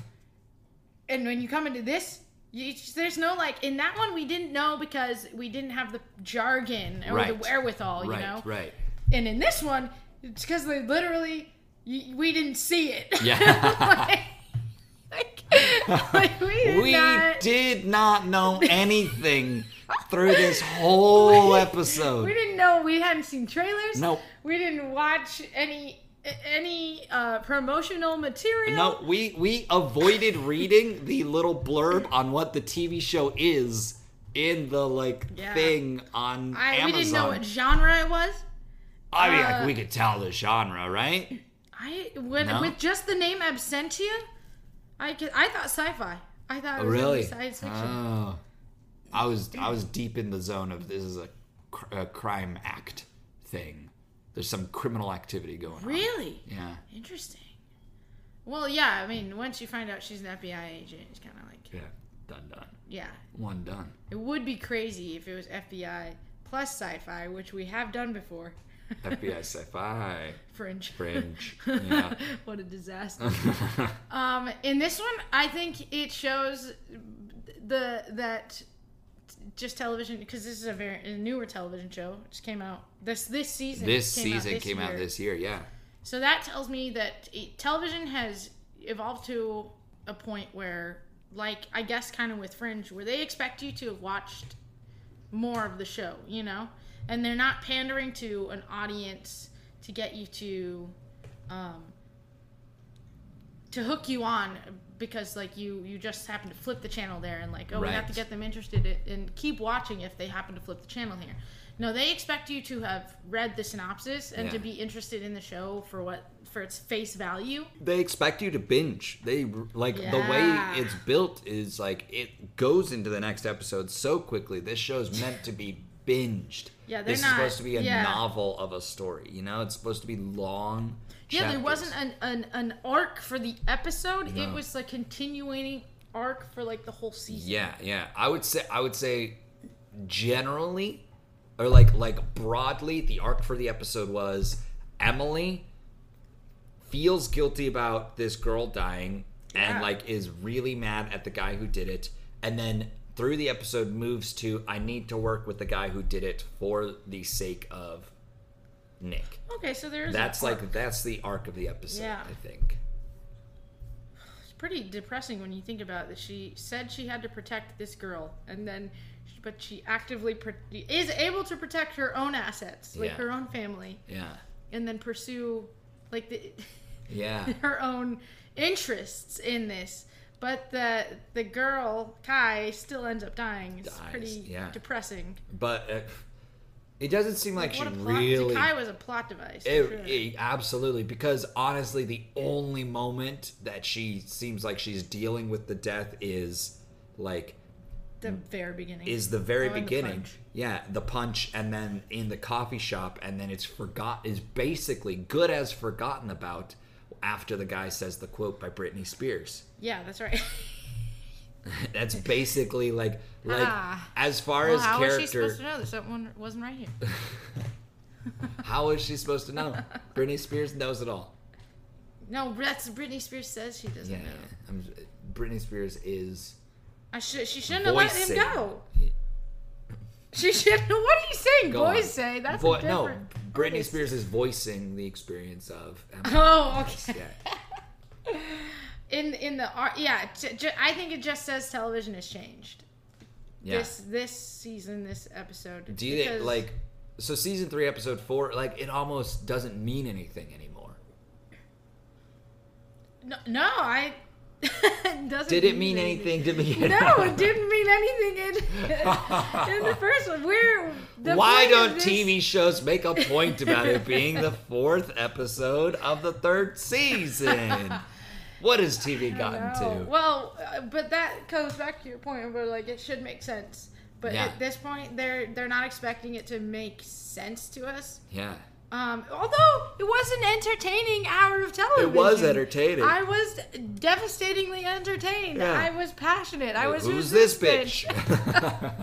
Speaker 4: And when you come into this, you, it's- there's no like in that one we didn't know because we didn't have the jargon or the
Speaker 3: Right.
Speaker 4: wherewithal, you
Speaker 3: right,
Speaker 4: know.
Speaker 3: right.
Speaker 4: And in this one, it's because they literally y- we didn't see it. [laughs]
Speaker 3: Yeah.
Speaker 4: like, like, we
Speaker 3: [laughs]
Speaker 4: did
Speaker 3: We
Speaker 4: not.
Speaker 3: did not
Speaker 4: [laughs]
Speaker 3: know anything through this whole
Speaker 4: We
Speaker 3: episode.
Speaker 4: didn't know. We hadn't seen trailers.
Speaker 3: Nope.
Speaker 4: We didn't watch any any uh, promotional material.
Speaker 3: No, we we avoided reading the little blurb on what the TV show is in the like
Speaker 4: Yeah.
Speaker 3: thing on
Speaker 4: I,
Speaker 3: Amazon.
Speaker 4: we didn't know what genre it was.
Speaker 3: I mean, like,
Speaker 4: uh,
Speaker 3: we could tell the genre, right?
Speaker 4: I when,
Speaker 3: No.
Speaker 4: with just the name Absentia, I could, I thought sci-fi. I thought it was gonna be
Speaker 3: Oh, Really?
Speaker 4: science fiction.
Speaker 3: Oh, I was I was deep in the zone of this is a, cr- a crime act thing. There's some criminal activity going on.
Speaker 4: really
Speaker 3: Yeah.
Speaker 4: interesting. Well, yeah. I mean, once you find out she's an FBI agent, it's kind of like
Speaker 3: Yeah. Done. Done.
Speaker 4: yeah.
Speaker 3: One done.
Speaker 4: It would be crazy if it was FBI plus sci-fi, which we have done before.
Speaker 3: FBI sci-fi.
Speaker 4: [laughs] Fringe. [laughs]
Speaker 3: Fringe. Yeah.
Speaker 4: what a disaster. [laughs] um, in this one, I think it shows the that just television because this is a very a newer television show. It just came out this this season.
Speaker 3: this
Speaker 4: came out
Speaker 3: season came out
Speaker 4: year.
Speaker 3: this year. Yeah.
Speaker 4: So that tells me that it, television has evolved to a point where, like, I guess kind of with Fringe, where they expect you to have watched more of the show, you know? And they're not pandering to an audience to get you to, um, to hook you on because like you you just happen to flip the channel there and like oh we have to
Speaker 3: Right.
Speaker 4: get them interested i- and keep watching if they happen to flip the channel here no they expect you to have read the synopsis and to
Speaker 3: Yeah.
Speaker 4: be interested in the show for what for its face value
Speaker 3: They expect you to binge. They like
Speaker 4: Yeah.
Speaker 3: the way it's built is like it goes into the next episode so quickly. This show's meant to be binged.
Speaker 4: Yeah, they're
Speaker 3: this
Speaker 4: not-
Speaker 3: is supposed to be a
Speaker 4: yeah.
Speaker 3: novel of a story. You know, it's supposed to be long.
Speaker 4: yeah there
Speaker 3: chapters.
Speaker 4: wasn't an, an an arc for the episode it
Speaker 3: No.
Speaker 4: was a continuing arc for like the whole season
Speaker 3: Yeah, yeah. I would say I would say generally or like like broadly the arc for the episode was Emily feels guilty about this girl dying
Speaker 4: Yeah.
Speaker 3: and like is really mad at the guy who did it and then through the episode moves to I need to work with the guy who did it for the sake of Nick.
Speaker 4: okay so there's
Speaker 3: That's like that's the arc of the episode,
Speaker 4: Yeah.
Speaker 3: I think.
Speaker 4: It's pretty depressing when you think about it, that she said she had to protect this girl and then but she actively pro- is able to protect her own assets like
Speaker 3: Yeah.
Speaker 4: her own family
Speaker 3: Yeah.
Speaker 4: and then pursue like the, [laughs]
Speaker 3: Yeah.
Speaker 4: her own interests in this but the the girl kai still ends up dying it's
Speaker 3: Dies,
Speaker 4: pretty
Speaker 3: yeah.
Speaker 4: depressing
Speaker 3: but uh, it doesn't seem like,
Speaker 4: what a
Speaker 3: she
Speaker 4: plot
Speaker 3: really
Speaker 4: kai was a plot device for
Speaker 3: It,
Speaker 4: sure.
Speaker 3: it- absolutely, because honestly, the only moment that she seems like she's dealing with the death is like
Speaker 4: the very beginning
Speaker 3: is the very
Speaker 4: Oh, and the
Speaker 3: beginning.
Speaker 4: punch.
Speaker 3: yeah, the punch, and then in the coffee shop, and then it's forgot is basically good as forgotten about after the guy says the quote by Britney Spears. [laughs]
Speaker 4: yeah that's right
Speaker 3: That's basically like like
Speaker 4: Ah.
Speaker 3: as far
Speaker 4: well,
Speaker 3: as
Speaker 4: how was she
Speaker 3: character. [laughs]
Speaker 4: supposed to know that someone wasn't right here
Speaker 3: How is she supposed to
Speaker 4: [laughs]
Speaker 3: know? Britney Spears knows it all.
Speaker 4: No, that's Britney Spears says she doesn't
Speaker 3: Yeah,
Speaker 4: know.
Speaker 3: I'm, Britney Spears is.
Speaker 4: I should. She shouldn't have let
Speaker 3: voicing.
Speaker 4: him go. She shouldn't. [laughs] What are you saying?
Speaker 3: Go
Speaker 4: boys
Speaker 3: on.
Speaker 4: say that's
Speaker 3: Vo-
Speaker 4: a
Speaker 3: no.
Speaker 4: different.
Speaker 3: Britney
Speaker 4: voice.
Speaker 3: Spears is voicing the experience of.
Speaker 4: [laughs] Oh, okay.
Speaker 3: Yeah.
Speaker 4: In in the art, yeah. J- j- I think it just says television has changed.
Speaker 3: Yeah.
Speaker 4: This this season, this episode.
Speaker 3: Do you
Speaker 4: because-
Speaker 3: think like so season three, episode four, like it almost doesn't mean anything anymore.
Speaker 4: No, no I. [laughs] it doesn't
Speaker 3: Did it mean anything to begin?
Speaker 4: No, it didn't mean anything in, [laughs]
Speaker 3: [laughs]
Speaker 4: in the first one. We're the
Speaker 3: Why
Speaker 4: point of
Speaker 3: don't
Speaker 4: this-
Speaker 3: TV shows make a point about it being the fourth episode of the third season? What has TV gotten
Speaker 4: No.
Speaker 3: to?
Speaker 4: Well, uh, but that goes back to your point where like it should make sense. But
Speaker 3: Yeah.
Speaker 4: at this point, they're they're not expecting it to make sense to us.
Speaker 3: Yeah.
Speaker 4: Um, although it was an entertaining hour of television,
Speaker 3: It was entertaining.
Speaker 4: I was devastatingly entertained.
Speaker 3: Yeah.
Speaker 4: I was passionate. I was
Speaker 3: Who's this bitch?
Speaker 4: [laughs]
Speaker 3: [laughs]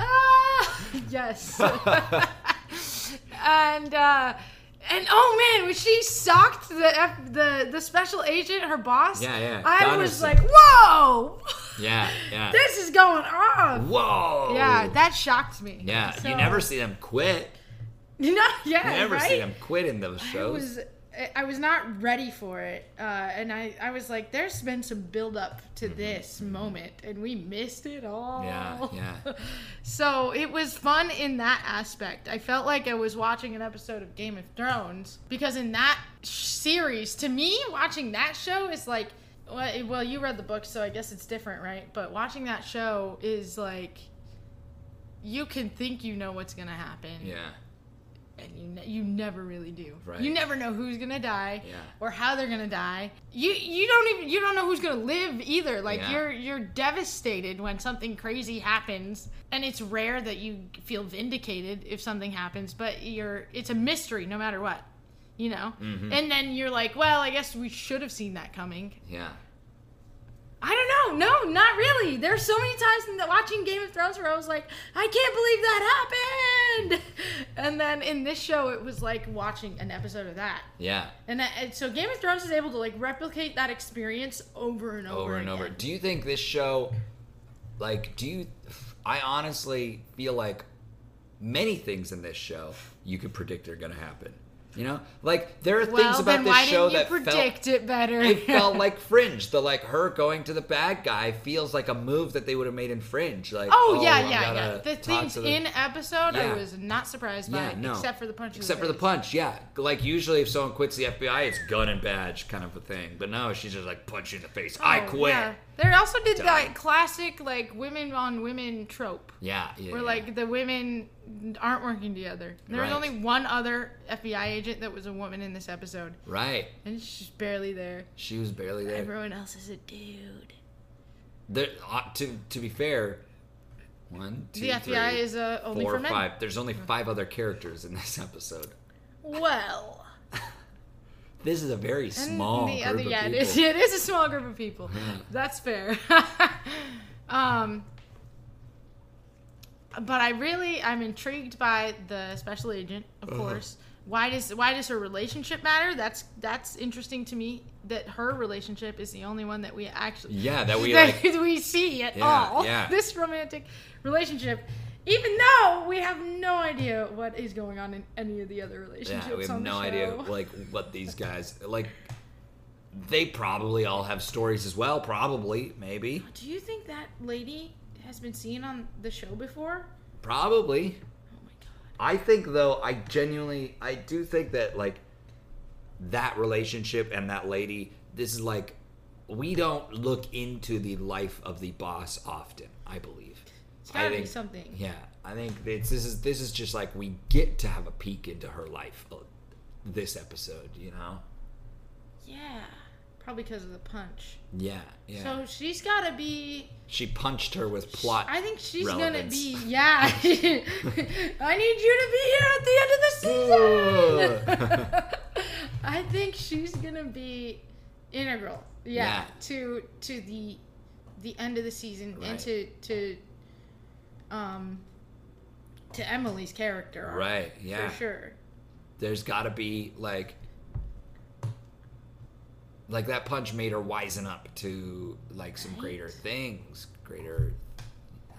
Speaker 4: Ah,
Speaker 3: [laughs]
Speaker 4: yes. and uh, and oh man, when she socked the F- the the special agent, her boss.
Speaker 3: Yeah, yeah,
Speaker 4: I was
Speaker 3: Donnerson.
Speaker 4: like, whoa.
Speaker 3: Yeah, yeah.
Speaker 4: [laughs] This is going on.
Speaker 3: Whoa.
Speaker 4: Yeah, that shocked me.
Speaker 3: Yeah,
Speaker 4: So-
Speaker 3: you never see them quit.
Speaker 4: You know, [laughs] yeah,
Speaker 3: You never
Speaker 4: right?
Speaker 3: see them quit in those
Speaker 4: I
Speaker 3: shows.
Speaker 4: was I- I was not ready for it, uh, and I, I was like, there's been some build up to this moment, and we missed it all.
Speaker 3: Mm-hmm. Yeah, yeah.
Speaker 4: [laughs] so it was fun in that aspect. I felt like I was watching an episode of Game of Thrones because in that sh- series, to me, watching that show is like, well, it- well, you read the book, so I guess it's different, right? But watching that show is like, you can think you know what's gonna happen,
Speaker 3: Yeah.
Speaker 4: and you ne- you never really do.
Speaker 3: Right.
Speaker 4: You never know who's gonna die
Speaker 3: Yeah.
Speaker 4: or how they're gonna die. You you don't even you don't know who's gonna live either. Like
Speaker 3: Yeah.
Speaker 4: you're you're devastated when something crazy happens, and it's rare that you feel vindicated if something happens. But you're it's a mystery no matter what, you know.
Speaker 3: Mm-hmm.
Speaker 4: And then you're like, well, I guess we should have seen that coming.
Speaker 3: Yeah.
Speaker 4: I don't know. No, not really. There's so many times in the watching Game of Thrones where I was like, I can't believe that happened. [laughs] And then in this show, it was like watching an episode of that.
Speaker 3: Yeah.
Speaker 4: And, that, and so Game of Thrones is able to like replicate that experience over and over,
Speaker 3: over and over.
Speaker 4: again.
Speaker 3: Do you think this show, like, do you? I honestly feel like many things in this show you could predict are going to happen. You know, like there are things
Speaker 4: Well,
Speaker 3: about
Speaker 4: then
Speaker 3: this
Speaker 4: why
Speaker 3: show
Speaker 4: didn't you
Speaker 3: that
Speaker 4: predict
Speaker 3: felt.
Speaker 4: it better?
Speaker 3: It
Speaker 4: [laughs]
Speaker 3: felt like Fringe. The like her going to the bad guy feels like a move that they would have made in Fringe. Like,
Speaker 4: Oh, yeah,
Speaker 3: I
Speaker 4: yeah, yeah.
Speaker 3: gotta
Speaker 4: The
Speaker 3: talk
Speaker 4: things
Speaker 3: to the-
Speaker 4: in episode, I
Speaker 3: Yeah.
Speaker 4: was not surprised by,
Speaker 3: Yeah, no.
Speaker 4: except for the punch. in
Speaker 3: Except for the
Speaker 4: face.
Speaker 3: punch, yeah. Like usually, if someone quits the FBI, it's gun and badge kind of a thing. But no, she's just like punch you in the face. I
Speaker 4: Oh,
Speaker 3: quit.
Speaker 4: yeah. They also did
Speaker 3: Done.
Speaker 4: that classic like women on women trope.
Speaker 3: Yeah, yeah.
Speaker 4: where
Speaker 3: yeah.
Speaker 4: like the women aren't working together. There was
Speaker 3: Right.
Speaker 4: only one other FBI agent that was a woman in this episode,
Speaker 3: right.
Speaker 4: and she's barely there.
Speaker 3: She was barely there.
Speaker 4: Everyone else is a dude.
Speaker 3: There, uh, to to be fair, one, two,
Speaker 4: The FBI
Speaker 3: three,
Speaker 4: is uh, only
Speaker 3: four,
Speaker 4: for men.
Speaker 3: five. There's only five other characters in this [laughs] episode.
Speaker 4: Well,
Speaker 3: This is a very
Speaker 4: and
Speaker 3: small
Speaker 4: the
Speaker 3: group
Speaker 4: other
Speaker 3: of
Speaker 4: yeah, it
Speaker 3: people.
Speaker 4: [laughs] is, it is a small group
Speaker 3: [laughs]
Speaker 4: of people. That's fair. [laughs] um, but I really I'm intrigued by the special agent, of
Speaker 3: Uh-huh.
Speaker 4: course. Why does why does her relationship matter? That's that's interesting to me. That her relationship is the only one that we actually [laughs]
Speaker 3: Yeah, that we
Speaker 4: that
Speaker 3: like.
Speaker 4: we see at
Speaker 3: Yeah,
Speaker 4: all.
Speaker 3: yeah.
Speaker 4: [laughs] This romantic relationship, even though we have no idea what is going on in any of the other relationships.
Speaker 3: Yeah, we have
Speaker 4: on the
Speaker 3: no idea
Speaker 4: show.
Speaker 3: like what these guys like. They probably all have stories as well. Probably, maybe,
Speaker 4: Do you think that lady has been seen on the show before?
Speaker 3: probably.
Speaker 4: Oh my god.
Speaker 3: I think though, I genuinely, I do think that like that relationship and that lady, this is like we don't look into the life of the boss often. I believe.
Speaker 4: It's
Speaker 3: I
Speaker 4: gotta be
Speaker 3: think-
Speaker 4: something.
Speaker 3: Yeah, I think it's, this is this is just like we get to have a peek into her life. uh, This episode, you know.
Speaker 4: Yeah. Probably because of the punch.
Speaker 3: Yeah, yeah.
Speaker 4: So she's gotta be.
Speaker 3: she punched her with plot.
Speaker 4: I think she's
Speaker 3: relevance.
Speaker 4: gonna be. [laughs] Yeah. I need you to be here at the end of the season. [laughs] I think she's gonna be integral. Yeah,
Speaker 3: Yeah.
Speaker 4: To to the the end of the season
Speaker 3: Right.
Speaker 4: and to to um to Emily's character. arc,
Speaker 3: Right, yeah.
Speaker 4: For sure.
Speaker 3: There's got to be like like that punch made her wisen up to like some greater things, greater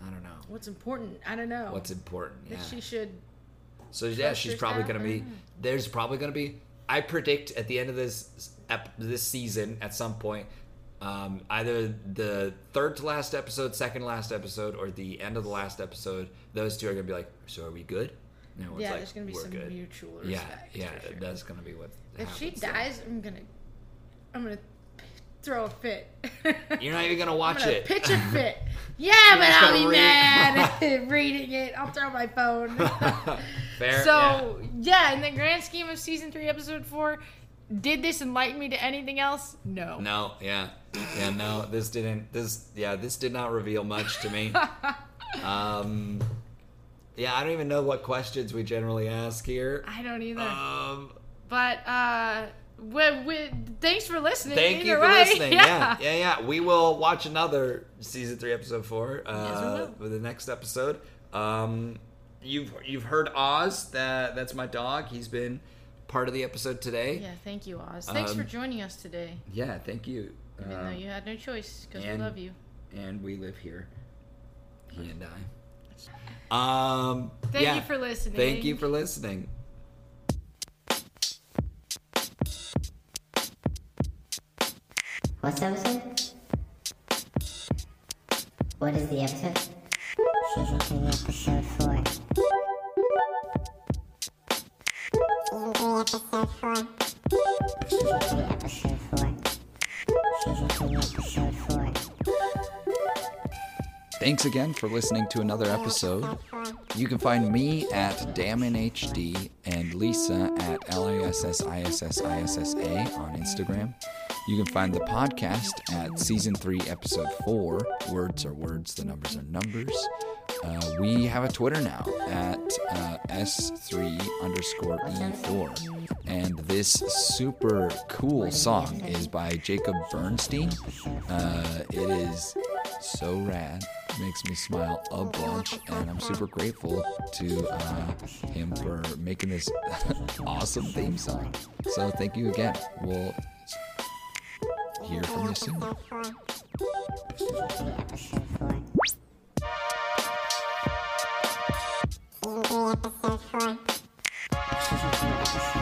Speaker 3: I don't know.
Speaker 4: What's important? I don't know.
Speaker 3: What's important? Yeah.
Speaker 4: that she should.
Speaker 3: So yeah, she's
Speaker 4: Trust
Speaker 3: probably
Speaker 4: yourself?
Speaker 3: gonna be. There's probably gonna be. I predict at the end of this ep- this season, at some point, um, either the third to last episode, second to last episode, or the end of the last episode, those two are gonna be like, so are we good? No,
Speaker 4: Yeah, there's gonna be some mutual
Speaker 3: Yeah,
Speaker 4: respect.
Speaker 3: yeah,
Speaker 4: for sure.
Speaker 3: that's gonna be what.
Speaker 4: If she
Speaker 3: happens then.
Speaker 4: dies, I'm gonna, I'm gonna p- throw a fit.
Speaker 3: [laughs] you're not even gonna watch
Speaker 4: I'm gonna
Speaker 3: it.
Speaker 4: Pitch a
Speaker 3: [laughs]
Speaker 4: fit. Yeah, but
Speaker 3: just
Speaker 4: I'll
Speaker 3: gotta
Speaker 4: be
Speaker 3: read- [laughs]
Speaker 4: mad [laughs] reading it. I'll throw my phone.
Speaker 3: Fair. yeah.
Speaker 4: so yeah. in the grand scheme of season three, episode four, did this enlighten me to anything else? No.
Speaker 3: No, yeah, yeah, no. This didn't. This, yeah, this did not reveal much to
Speaker 4: [laughs]
Speaker 3: me. um, yeah, I don't even know what questions we generally ask here.
Speaker 4: [laughs] I don't either.
Speaker 3: Um,
Speaker 4: but uh, we, we, thanks for listening.
Speaker 3: thank you
Speaker 4: either
Speaker 3: for
Speaker 4: way. [laughs]
Speaker 3: listening. Yeah. yeah, yeah, We will watch another season three, episode four. Uh,
Speaker 4: will.
Speaker 3: with the next episode. Um, you've you've heard Oz. That that's my dog. He's been part of the episode today.
Speaker 4: Yeah, thank you, Oz. Thanks for
Speaker 3: Um,
Speaker 4: joining us today.
Speaker 3: Yeah, thank you.
Speaker 4: Even
Speaker 3: Um,
Speaker 4: though you had no choice, because we
Speaker 3: and-
Speaker 4: love you.
Speaker 3: and we live here. He and I. Um,
Speaker 4: Thank
Speaker 3: yeah.
Speaker 4: you for listening.
Speaker 3: Thank you for listening.
Speaker 2: What's the episode? What is the episode? Season 3, episode 4. Season 3, episode 4. Season 3, episode 4. Season 3, episode 4.
Speaker 1: Thanks again for listening to another episode. You can find me at DamonHD and Lisa at LISSISSISSA on Instagram. You can find the podcast at Season 3, Episode 4. Words are words, the numbers are numbers. Uh, we have a Twitter now at uh, S3 underscore E4. And this super cool song is by Jacob Bernstein. Uh, it is so rad. Makes me smile a bunch, and I'm super grateful to uh, him for making this [laughs] awesome theme song. So thank you again. We'll hear from you soon.
Speaker 2: Episode 4. Season 3, episode 4. Season 3, episode 4.